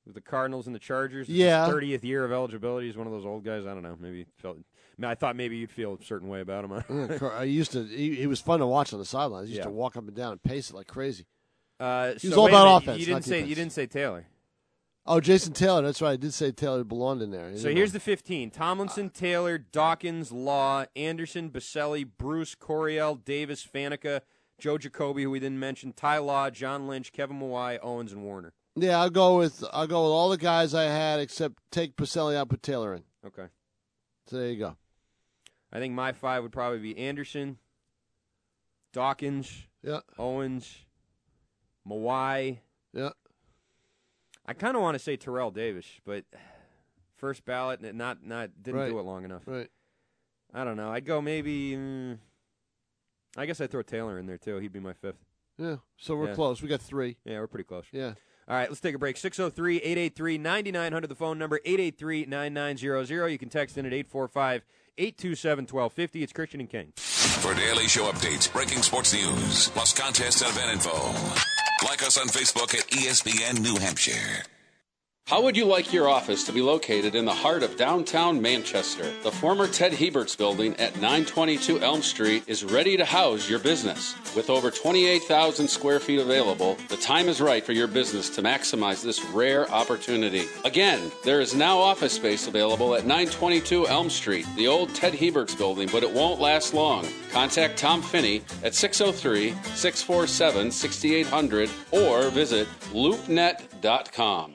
S5: with the Cardinals and the Chargers. It's
S6: Yeah.
S5: His 30th year of eligibility. He's one of those old guys. I don't know. Maybe he felt. I, mean, I thought maybe you'd feel a certain way about him. <laughs>
S6: Uh, Car- I used to. He, he was fun to watch on the sidelines. He used
S5: Yeah.
S6: to walk up and down and pace it like crazy.
S5: Uh,
S6: He was
S5: so
S6: all
S5: wait a
S6: about
S5: minute,
S6: offense,
S5: You didn't
S6: not
S5: say you
S6: defense.
S5: didn't say Taylor.
S6: Oh, Jason Taylor. That's right. I did say Taylor belonged in there.
S5: So here's the 15: Tomlinson, Taylor, Dawkins, Law, Anderson, Baselli, Bruce, Coriel, Davis, Faneca, Joe Jacoby, who we didn't mention, Ty Law, John Lynch, Kevin Mawai, Owens, and Warner.
S6: yeah. I'll go with I'll go with all the guys I had except take Pacelli out, put Taylor in.
S5: Okay.
S6: So there you go.
S5: I think my five would probably be Anderson, Dawkins,
S6: yeah.
S5: Owens, Mawai.
S6: Yeah.
S5: I kind of want to say Terrell Davis, but first ballot, n- not not didn't do
S6: Right.
S5: it long enough.
S6: Right.
S5: I don't know. I'd go maybe. mm, I guess I'd throw Taylor in there too. He'd be my fifth.
S6: Yeah. So we're
S5: Yeah.
S6: close. We got three.
S5: Yeah, we're pretty close.
S6: Yeah.
S5: All right, let's take a break. 603 883 9900, the phone number 883 9900. You can text in at 845 827 1250. It's Christian and King.
S2: For daily show updates, breaking sports news, plus E contests and event info. Like us on Facebook at ESPN New Hampshire.
S1: How would you like your office to be located in the heart of downtown Manchester? The former Ted Heberts building at 922 Elm Street is ready to house your business. With over 28,000 square feet available, the time is right for your business to maximize this rare opportunity. Again, there is now office space available at 922 Elm Street, the old Ted Heberts building, but it won't last long. Contact Tom Finney at 603 647 6800 or visit loopnet.com.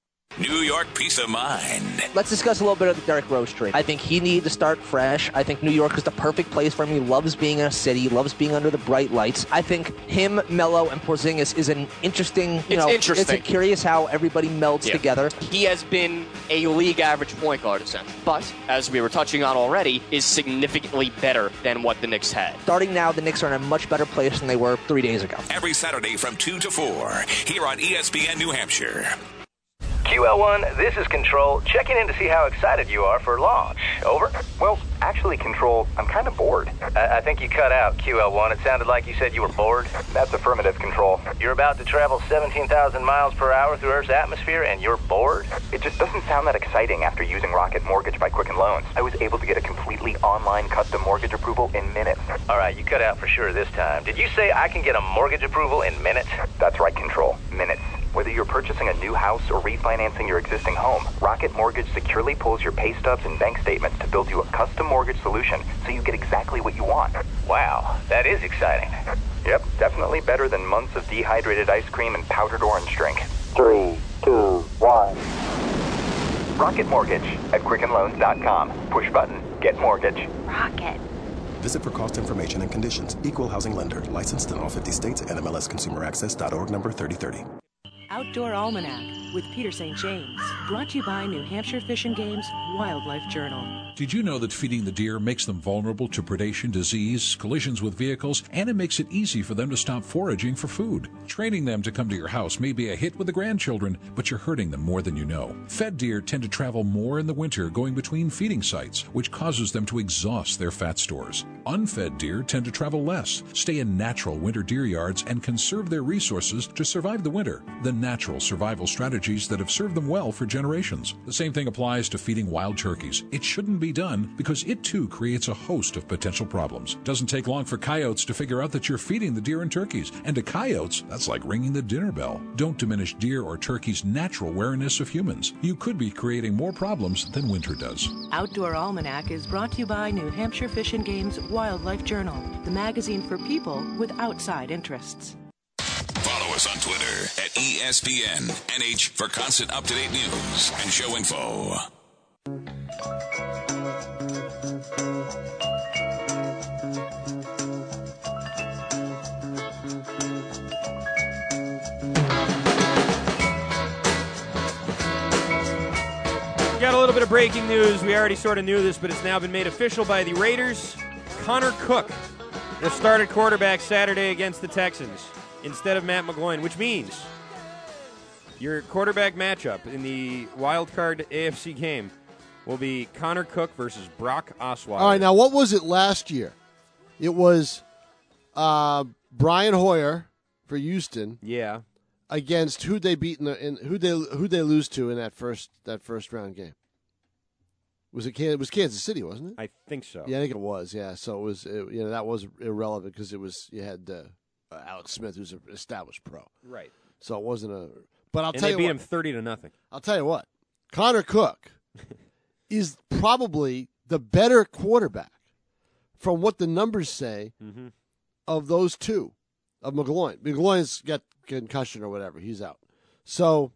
S2: New York Peace of Mind.
S22: Let's discuss a little bit of the Derrick Rose trade. I think he needed to start fresh. I think New York is the perfect place for him. He loves being in a city, loves being under the bright lights. I think him, Mello, and Porzingis is an interesting. You
S23: It's
S22: know,
S23: interesting.
S22: It's a curious how everybody melds
S23: Yeah.
S22: together.
S23: He has been a league average point guard, essentially, but as we were touching on already, is significantly better than what the Knicks had.
S22: Starting now, the Knicks are in a much better place than they were three days ago.
S2: Every Saturday from 2 to 4 here on E ESPN New Hampshire.
S24: QL1, this is Control, checking in to see how excited you are for launch. Over. Well, actually, Control, I'm kind of bored. I-, I think you cut out, QL1. It sounded like you said you were bored. That's affirmative, Control. You're about to travel 17,000 miles per hour through Earth's atmosphere, and you're bored?
S25: It just doesn't sound that exciting after using Rocket Mortgage by Quicken Loans. I was able to get a completely online custom mortgage approval in minutes. All right, you cut out for sure this time. Did you say I can get a mortgage approval in minutes? That's right, Control. Minutes.
S24: Whether you're purchasing a new house or refinancing your existing home, Rocket Mortgage securely pulls your pay stubs and bank statements to build you a custom mortgage solution so you get exactly what you want.
S25: Wow, that is exciting.
S24: Yep, definitely better than months of dehydrated ice cream and powdered orange drink.
S25: Three, two, one. Rocket Mortgage at QuickenLoans.com. Push button, get mortgage.
S26: Rocket.
S27: Visit for cost information and conditions. Equal housing lender. Licensed in all 50 states. NMLSConsumerAccess.org number 3030.
S28: Outdoor Almanac with Peter St. James. Brought to you by New Hampshire Fish and Game's Wildlife Journal.
S29: Did you know that feeding the deer makes them vulnerable to predation, disease, collisions with vehicles, and it makes it easy for them to stop foraging for food? Training them to come to your house may be a hit with the grandchildren, but you're hurting them more than you know. Fed deer tend to travel more in the winter going between feeding sites, which causes them to exhaust their fat stores. Unfed deer tend to travel less, stay in natural winter deer yards, and conserve their resources to survive the winter. The natural survival strategies that have served them well for generations. The same thing applies to feeding wild turkeys. It shouldn't be done because it too creates a host of potential problems. Doesn't take long for coyotes to figure out that you're feeding the deer and turkeys. And to coyotes, that's like ringing the dinner bell. Don't diminish deer or turkeys' natural awareness of humans. You could be creating more problems than winter does.
S28: Outdoor Almanac is brought to you by New Hampshire Fish and Game's Wildlife Journal, the magazine for people with outside interests.
S2: Follow us on Twitter at E ESPN NH for constant up to date news and show info.
S5: We got a little bit of breaking news. We already sort of knew this, but it's now been made official by the Raiders. Connor Cook will start at quarterback Saturday against the Texans instead of Matt McGloin, which means your quarterback matchup in the wild card AFC game will be Connor Cook versus Brock Osweiler.
S6: All right, now what was it last year? It was uh, Brian Hoyer for Houston.
S5: Yeah.
S6: Against who they beat in the in who they who they lose to in that first that first round game. Was it Kansas, it was Kansas City, wasn't it?
S5: I think so.
S6: Yeah, I think it was. Yeah, so it was it, you know that was irrelevant because it was you had uh, Alex Smith who's an established pro.
S5: Right.
S6: So it wasn't a but I'll
S5: and
S6: tell
S5: they
S6: you
S5: beat
S6: what,
S5: him thirty to nothing.
S6: I'll tell you what,
S5: <laughs>
S6: Connor Cook is probably the better quarterback from what the numbers say
S5: Mm-hmm.
S6: of those two, of McGloin. McGloin's got concussion or whatever; he's out. So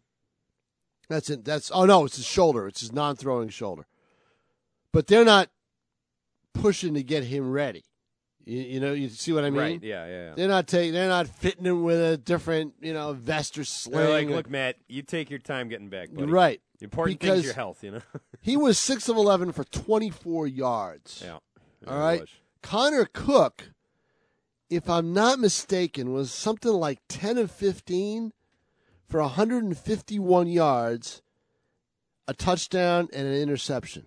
S6: that's it. That's oh no, it's his shoulder. It's his non-throwing shoulder. But they're not pushing to get him ready. You, you know, you see what I mean?
S5: Right, yeah, yeah, yeah.
S6: They're not taking. They're not fitting him with a different, you know, vest or sling.
S5: They're like,
S6: or-
S5: look, Matt, you take your time getting back, buddy.
S6: Right.
S5: The important thing
S6: because
S5: is your health, you know. <laughs>
S6: he was six of eleven for twenty four yards.
S5: Yeah.
S6: All right. Connor Cook, if I'm not mistaken, was something like ten of fifteen for hundred and fifty one yards, a touchdown and an interception.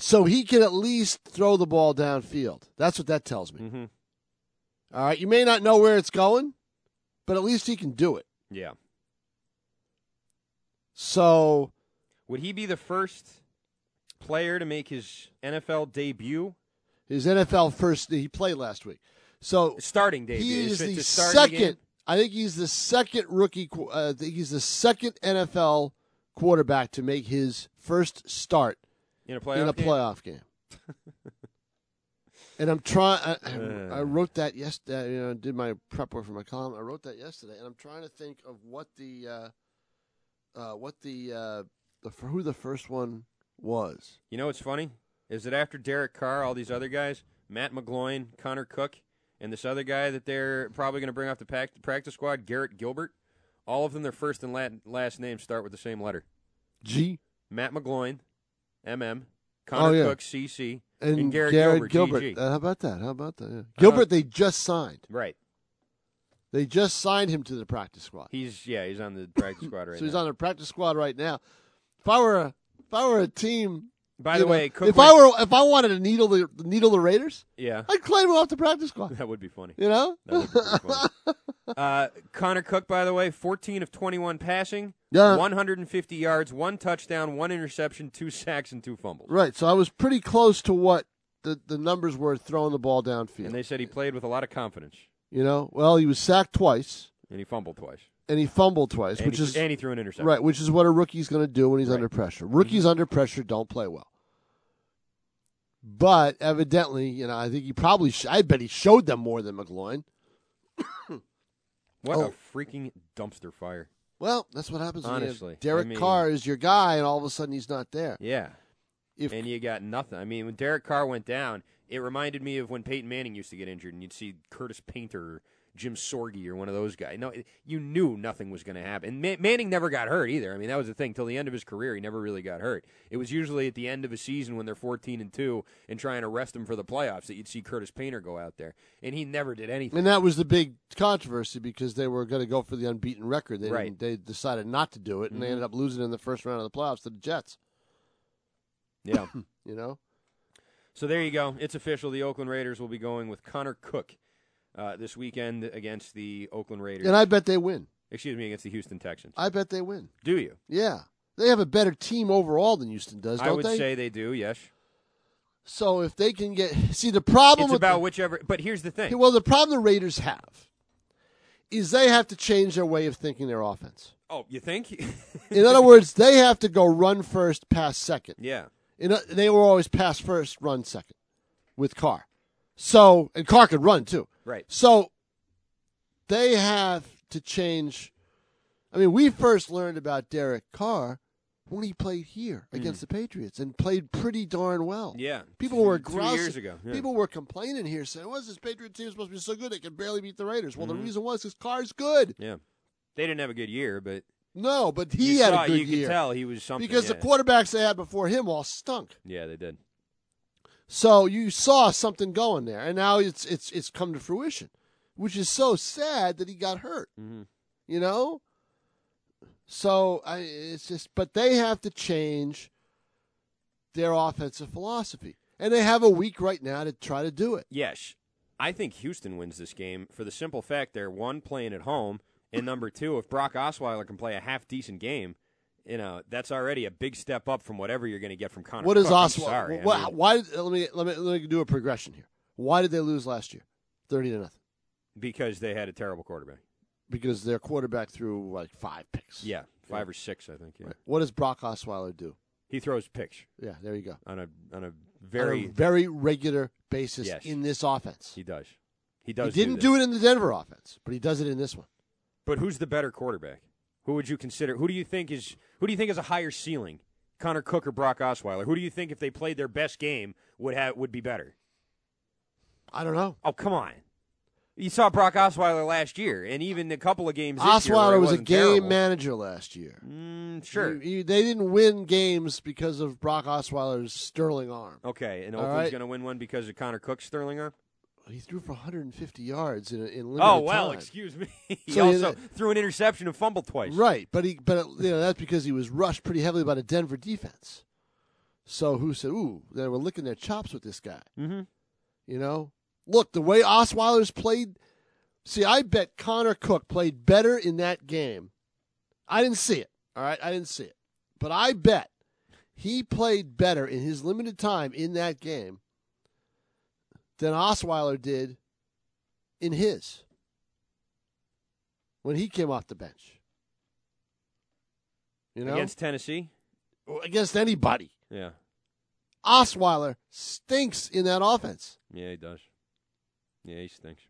S6: So he can at least throw the ball downfield. That's what that tells me.
S5: Mm-hmm,
S6: All right. You may not know where it's going, but at least he can do it.
S5: Yeah.
S6: So
S5: Would he be the first player to make his NFL debut?
S6: His NFL first, he played last week. So
S5: starting debut.
S6: He is
S5: To-
S6: the
S5: to start the game?
S6: second. I think he's the second rookie. qu- Uh, I think he's the second NFL quarterback to make his first start
S5: In a playoff game?
S6: playoff game. and I'm trying. I, I-
S5: Uh.
S6: I wrote that yesterday. You know, did my prep work for my column. I wrote that yesterday, and I'm trying to think of what the uh, uh, what the uh, the who the first one was.
S5: You know what's funny? Is that after Derek Carr, all these other guys, Matt McGloin, Connor Cook, and this other guy that they're probably going to bring off the pac- practice squad, Garrett Gilbert, all of them, their first and la- last names start with the same letter.
S6: G.
S5: Matt McGloin, MM, Connor
S6: Oh, yeah.
S5: Cook, CC,
S6: And,
S5: Garrett, Gilbert, Uh-huh. GG.
S6: Uh, how about that? How about that? Yeah. Gilbert, they just signed.
S5: Right.
S6: They just signed him to the practice squad.
S5: He's yeah, he's on the
S6: <coughs>
S5: practice squad right
S6: so he's
S5: now.
S6: on the practice squad right now. If I were a, if I were a team,
S5: By
S6: you
S5: the
S6: know,
S5: way, Cook
S6: if
S5: went-
S6: I were if I wanted to needle the needle the Raiders, <laughs>
S5: yeah. <laughs>
S6: I'd claim him off the practice squad.
S5: That would be funny.
S6: You know, <laughs>
S5: Uh, Connor Cook, by the way, 14 of 21 passing,
S6: Yeah.
S5: 150 yards, one touchdown, one interception, two sacks, and two fumbles.
S6: right. So I was pretty close to what the the numbers were throwing the ball downfield.
S5: And they said he played with a lot of confidence,
S6: You know, well, he was sacked twice
S5: and he fumbled twice.
S6: and he fumbled twice,
S5: And
S6: which
S5: he-
S6: is
S5: and he threw an interception.
S6: Right, which is what a rookie's going to do when he's under pressure.
S5: Mm-hmm.
S6: Rookies under pressure don't play well. But evidently, you know, I think he probably. Sh- I bet he showed them more than McLaurin.
S5: What
S6: Oh.
S5: a freaking dumpster fire!
S6: Well, that's what happens. when you have
S5: Honestly, I
S6: Derek
S5: mean-
S6: Carr is your guy, and all of a sudden he's not there.
S5: Yeah. and you got nothing. I mean, when Derek Carr went down, it reminded me of when Peyton Manning used to get injured, and you'd see Curtis Painter or Jim Sorge or one of those guys. No, it- you knew nothing was going to happen. And Ma- Manning never got hurt either. I mean, that was the thing. Till the end of his career, he never really got hurt. It was usually at the end of a season when they're 14 and 2 and trying to rest them for the playoffs that you'd see Curtis Painter go out there. And he never did anything.
S6: <laughs> And that was the big controversy because they were going to go for the unbeaten record. They
S5: Right.
S6: didn't- they decided not to do it, and they
S5: Mhm.
S6: ended up losing in the first round of the playoffs to the Jets.
S5: Yeah.
S6: you know.
S5: So there you go. It's official. The Oakland Raiders will be going with Connor Cook uh, this weekend against the Oakland Raiders.
S6: And I bet they win.
S5: Excuse me, against the Houston Texans.
S6: I bet they win.
S5: Do you?
S6: Yeah, they have a better team overall than Houston does, don't
S5: I would
S6: they?
S5: say they do. Yes.
S6: So if they can get see the problem
S5: It's
S6: with
S5: about
S6: the-
S5: whichever. But here's the thing.
S6: well the problem the Raiders have is they have to change their way of thinking their offense.
S5: oh, you think? <laughs>
S6: In other words, they have to go run first, pass second.
S5: yeah.
S6: In o- they were always pass first, run second with Carr. So and Carr could run too.
S5: Right.
S6: So they have to change. I mean, we first learned about Derek Carr when he played here against the Patriots and played pretty darn well.
S5: Hmm. Yeah.
S6: People were
S5: Two
S6: grousing.
S5: years ago, yeah.
S6: People were complaining here, saying, "What's this Patriot team supposed to be so good? They can barely beat the Raiders." Well,
S5: Hmm.
S6: the reason was his car's good.
S5: Yeah. They didn't have a good year, but
S6: No, but he
S5: You
S6: had
S5: saw-
S6: a good
S5: you could
S6: year.
S5: tell he was something,
S6: because
S5: yeah.
S6: the quarterbacks they had before him all stunk.
S5: yeah, they did.
S6: So you saw something going there, and now it's it's it's come to fruition, which is so sad that he got hurt.
S5: Mm-hmm.
S6: You know, so I, it's just. But they have to change their offensive philosophy, and they have a week right now to try to do it.
S5: Yes. I think Houston wins this game for the simple fact they're one playing at home, and number two, if Brock Osweiler can play a half decent game, you know that's already a big step up from whatever you're going to get from Connor.
S6: What is
S5: Cook. I'm
S6: Osweiler?
S5: Sorry. I
S6: why,
S5: mean,
S6: why did- let me let me let me do a progression here. Why did they lose last year, thirty to nothing?
S5: because they had a terrible quarterback.
S6: Because their quarterback threw like five picks.
S5: Yeah, five or six, I think. Yeah.
S6: What does Brock Osweiler do?
S5: He throws picks.
S6: Yeah, there you go.
S5: On a on a
S6: on
S5: very
S6: a very regular basis
S5: Yes.
S6: in this offense.
S5: he does. He does.
S6: he
S5: do,
S6: didn't do,
S5: this.
S6: it in the Denver offense, but he does it in this one.
S5: But who's the better quarterback? Who would you consider? Who do you think is who do you think has a higher ceiling? Connor Cook or Brock Osweiler? Who do you think if they played their best game would have would be better?
S6: I don't know.
S5: Oh come on! You saw Brock Osweiler last year, and even a couple of games. this year where he
S6: Osweiler was a
S5: wasn't
S6: game
S5: terrible.
S6: manager last year.
S5: Mm, sure.
S6: You- you- they didn't win games because of Brock Osweiler's sterling arm.
S5: Okay, and
S6: All
S5: Oakland's
S6: right.
S5: going to win one because of Connor Cook's Sterling arm.
S6: He threw for 150 yards in, a- in limited
S5: Oh well,
S6: time.
S5: excuse me. <laughs> he
S6: So you-
S5: also threw an interception and fumbled twice.
S6: Right, but he, but you know that's because he was rushed pretty heavily by the Denver defense. So who said, "Ooh, they were licking their chops with this guy."
S5: Mm-hmm.
S6: You know, look the way Osweiler's played. See, I bet Connor Cook played better in that game. I didn't see it. All right, I didn't see it, but I bet he played better in his limited time in that game than Osweiler did in his when he came off the bench. You know,
S5: Against Tennessee.
S6: against anybody.
S5: Yeah,
S6: Osweiler stinks in that offense.
S5: yeah, he does. Yeah, he stinks.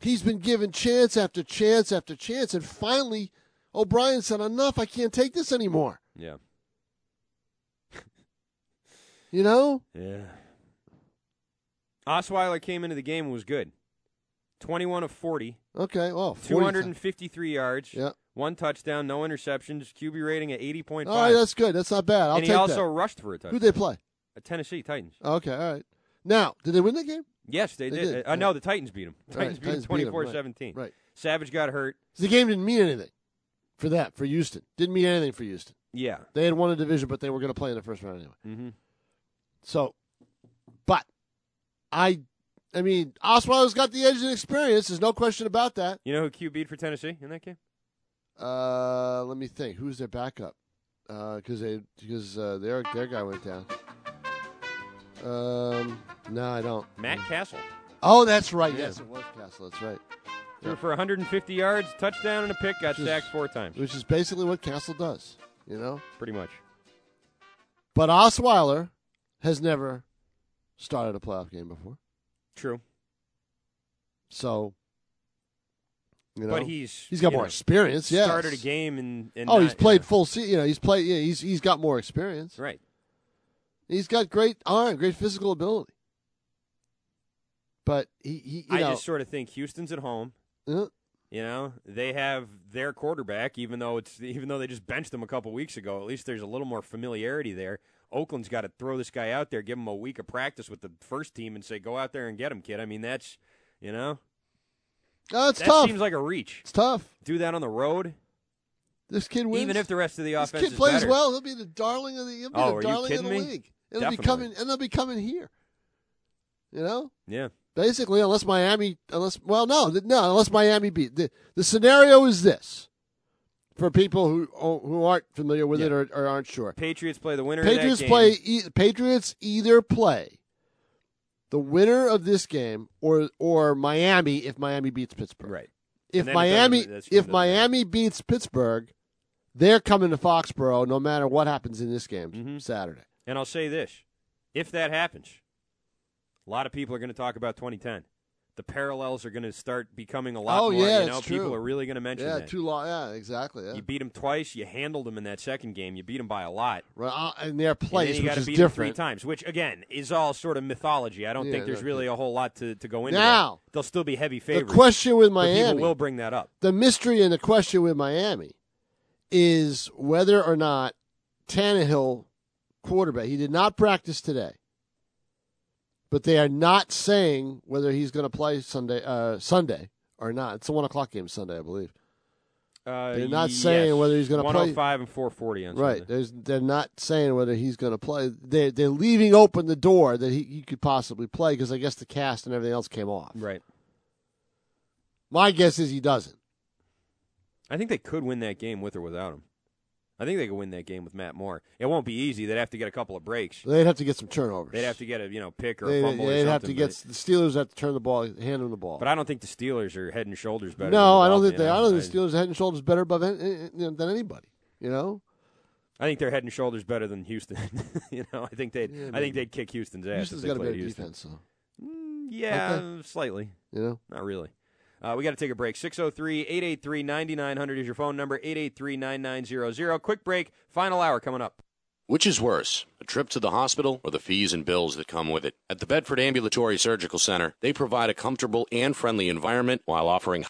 S6: He's been given chance after chance after chance, and finally, O'Brien said, "Enough! I can't take this anymore."
S5: Yeah,
S6: You know,
S5: yeah. Osweiler came into the game and was good. Twenty-one of forty.
S6: okay, well, 40
S5: Two hundred and fifty-three yards.
S6: Yeah.
S5: One touchdown, no interceptions. QB rating at eighty point
S6: All
S5: five.
S6: right, Oh, that's good. That's not bad. I'll
S5: and
S6: take
S5: he also
S6: that.
S5: rushed for a touchdown.
S6: Who they play?
S5: Uh, Tennessee Titans.
S6: Okay, all right. Now, did they win that game?
S5: Yes, they,
S6: They
S5: did.
S6: did,
S5: Uh,
S6: yeah.
S5: No, the Titans beat them.
S6: Right,
S5: Titans beat them
S6: Titans beat 'em,
S5: twenty-four seventeen.
S6: right.
S5: Savage got hurt.
S6: The game didn't mean anything for that for Houston. Didn't mean anything for Houston.
S5: Yeah.
S6: They had won a division, but they were going to play in the first round anyway.
S5: Mm-hmm.
S6: So, but I, I mean, Osweiler's got the edge in experience. There's no question about that.
S5: You know who Q beat for Tennessee in that game?
S6: Uh, let me think. Who's their backup? Because they because uh, their their guy went down. Um, no, I don't.
S5: Matt Castle.
S6: Oh, that's right.
S5: Yeah.
S6: Yes, it was Castle. That's right.
S5: Threw for 150 yards, touchdown and a pick, got sacked four times.
S6: Which is basically what Castle does, you know.
S5: Pretty much.
S6: But Osweiler has never started a playoff game before,
S5: True.
S6: so you know.
S5: but he's
S6: he's got
S5: you
S6: more
S5: know,
S6: experience. Yeah,
S5: Started a game and, and
S6: oh, he's
S5: not-
S6: played full. Se- you know, he's played. Yeah, he's he's got more experience.
S5: Right.
S6: He's got great arm, great physical ability. But he, he you
S5: I
S6: know,
S5: just sort of think Houston's at home.
S6: uh,
S5: You know, they have their quarterback, even though it's even though they just benched him a couple weeks ago. At least there's a little more familiarity there. Oakland's got to throw this guy out there, give him a week of practice with the first team, and say, "Go out there and get him, kid." I mean, that's you know,
S6: that's
S5: that
S6: tough.
S5: seems like a reach.
S6: it's tough.
S5: Do that on the road,
S6: This kid wins.
S5: even if the rest of the
S6: this
S5: offense
S6: kid
S5: is
S6: plays
S5: better.
S6: well, he'll be the darling of the. He'll be
S5: Oh, are
S6: the
S5: you
S6: darling of
S5: kidding
S6: the
S5: me?
S6: league. It'll
S5: Definitely.
S6: be coming, and they'll be coming here. You know,
S5: Yeah.
S6: basically, unless Miami, unless well, no, th- no, unless Miami beat the the scenario is this for people who oh, who aren't familiar with it or, or aren't sure.
S5: Patriots play the winner.
S6: Patriots
S5: of that game.
S6: play. E- Patriots either play the winner of this game or or Miami if Miami beats Pittsburgh.
S5: Right. And
S6: If
S5: then it
S6: Miami
S5: doesn't- that's- it
S6: if
S5: doesn't
S6: Miami beats Pittsburgh, they're coming to Foxborough no matter what happens in this game
S5: Mm-hmm.
S6: Saturday.
S5: And I'll say this if that happens, a lot of people are going to talk about 2010. The parallels are going to start becoming a lot
S6: oh
S5: more.
S6: yeah,
S5: you know,
S6: it's true.
S5: people are really going to mention
S6: yeah,
S5: that.
S6: too long. Yeah, exactly. Yeah.
S5: You beat them twice. You handled them in that second game. You beat them by a lot.
S6: Right, uh, and their
S5: and then
S6: place,
S5: you
S6: which
S5: gotta
S6: is
S5: beat 'em
S6: different.
S5: three times, which again is all sort of mythology. I don't
S6: Yeah,
S5: think there's
S6: no,
S5: really a whole lot to, to go into.
S6: Now,
S5: that. they'll still be heavy favorites.
S6: question with
S5: but
S6: Miami-
S5: people will bring that up.
S6: the mystery and the question with Miami is whether or not Tannehill quarterback he did not practice today, but they are not saying whether he's going to play Sunday uh, Sunday or not. It's a one o'clock game Sunday, I believe.
S5: Uh,
S6: They're not saying whether he's gonna play-
S5: 105 and 440 on
S6: Right?
S5: Sunday.
S6: There's, they're not saying whether he's going to play. They they're leaving open the door that he, he could possibly play because I guess the cast and everything else came off.
S5: Right.
S6: My guess is he doesn't.
S5: I think they could win that game with or without him. I think they could win that game with Matt Moore. It won't be easy. They'd have to get a couple of breaks.
S6: They'd have to get some turnovers.
S5: They'd have to get a you know pick or a
S6: They,
S5: fumble. or
S6: they'd have to
S5: something,
S6: get the Steelers have to turn the ball, hand him the ball.
S5: But, but I don't think the Steelers are head and shoulders better.
S6: No,
S5: than
S6: I don't
S5: the
S6: think they. I
S5: Dolphins.
S6: don't think the Steelers are head and shoulders better above any, you know, than anybody. You know,
S5: I think they're head and shoulders better than Houston. <laughs> you know, I think they'd. I
S6: maybe.
S5: think they'd kick Houston's ass. if
S6: Houston's
S5: they
S6: got a
S5: played
S6: better
S5: Houston.
S6: defense. So.
S5: Yeah, slightly.
S6: You know?
S5: Not really. Uh, we got to take a break. 603 883 9900 is your phone number, 883 9900. Quick break, final hour coming up.
S15: Which is worse, a trip to the hospital or the fees and bills that come with it? At the Bedford Ambulatory Surgical Center, they provide a comfortable and friendly environment while offering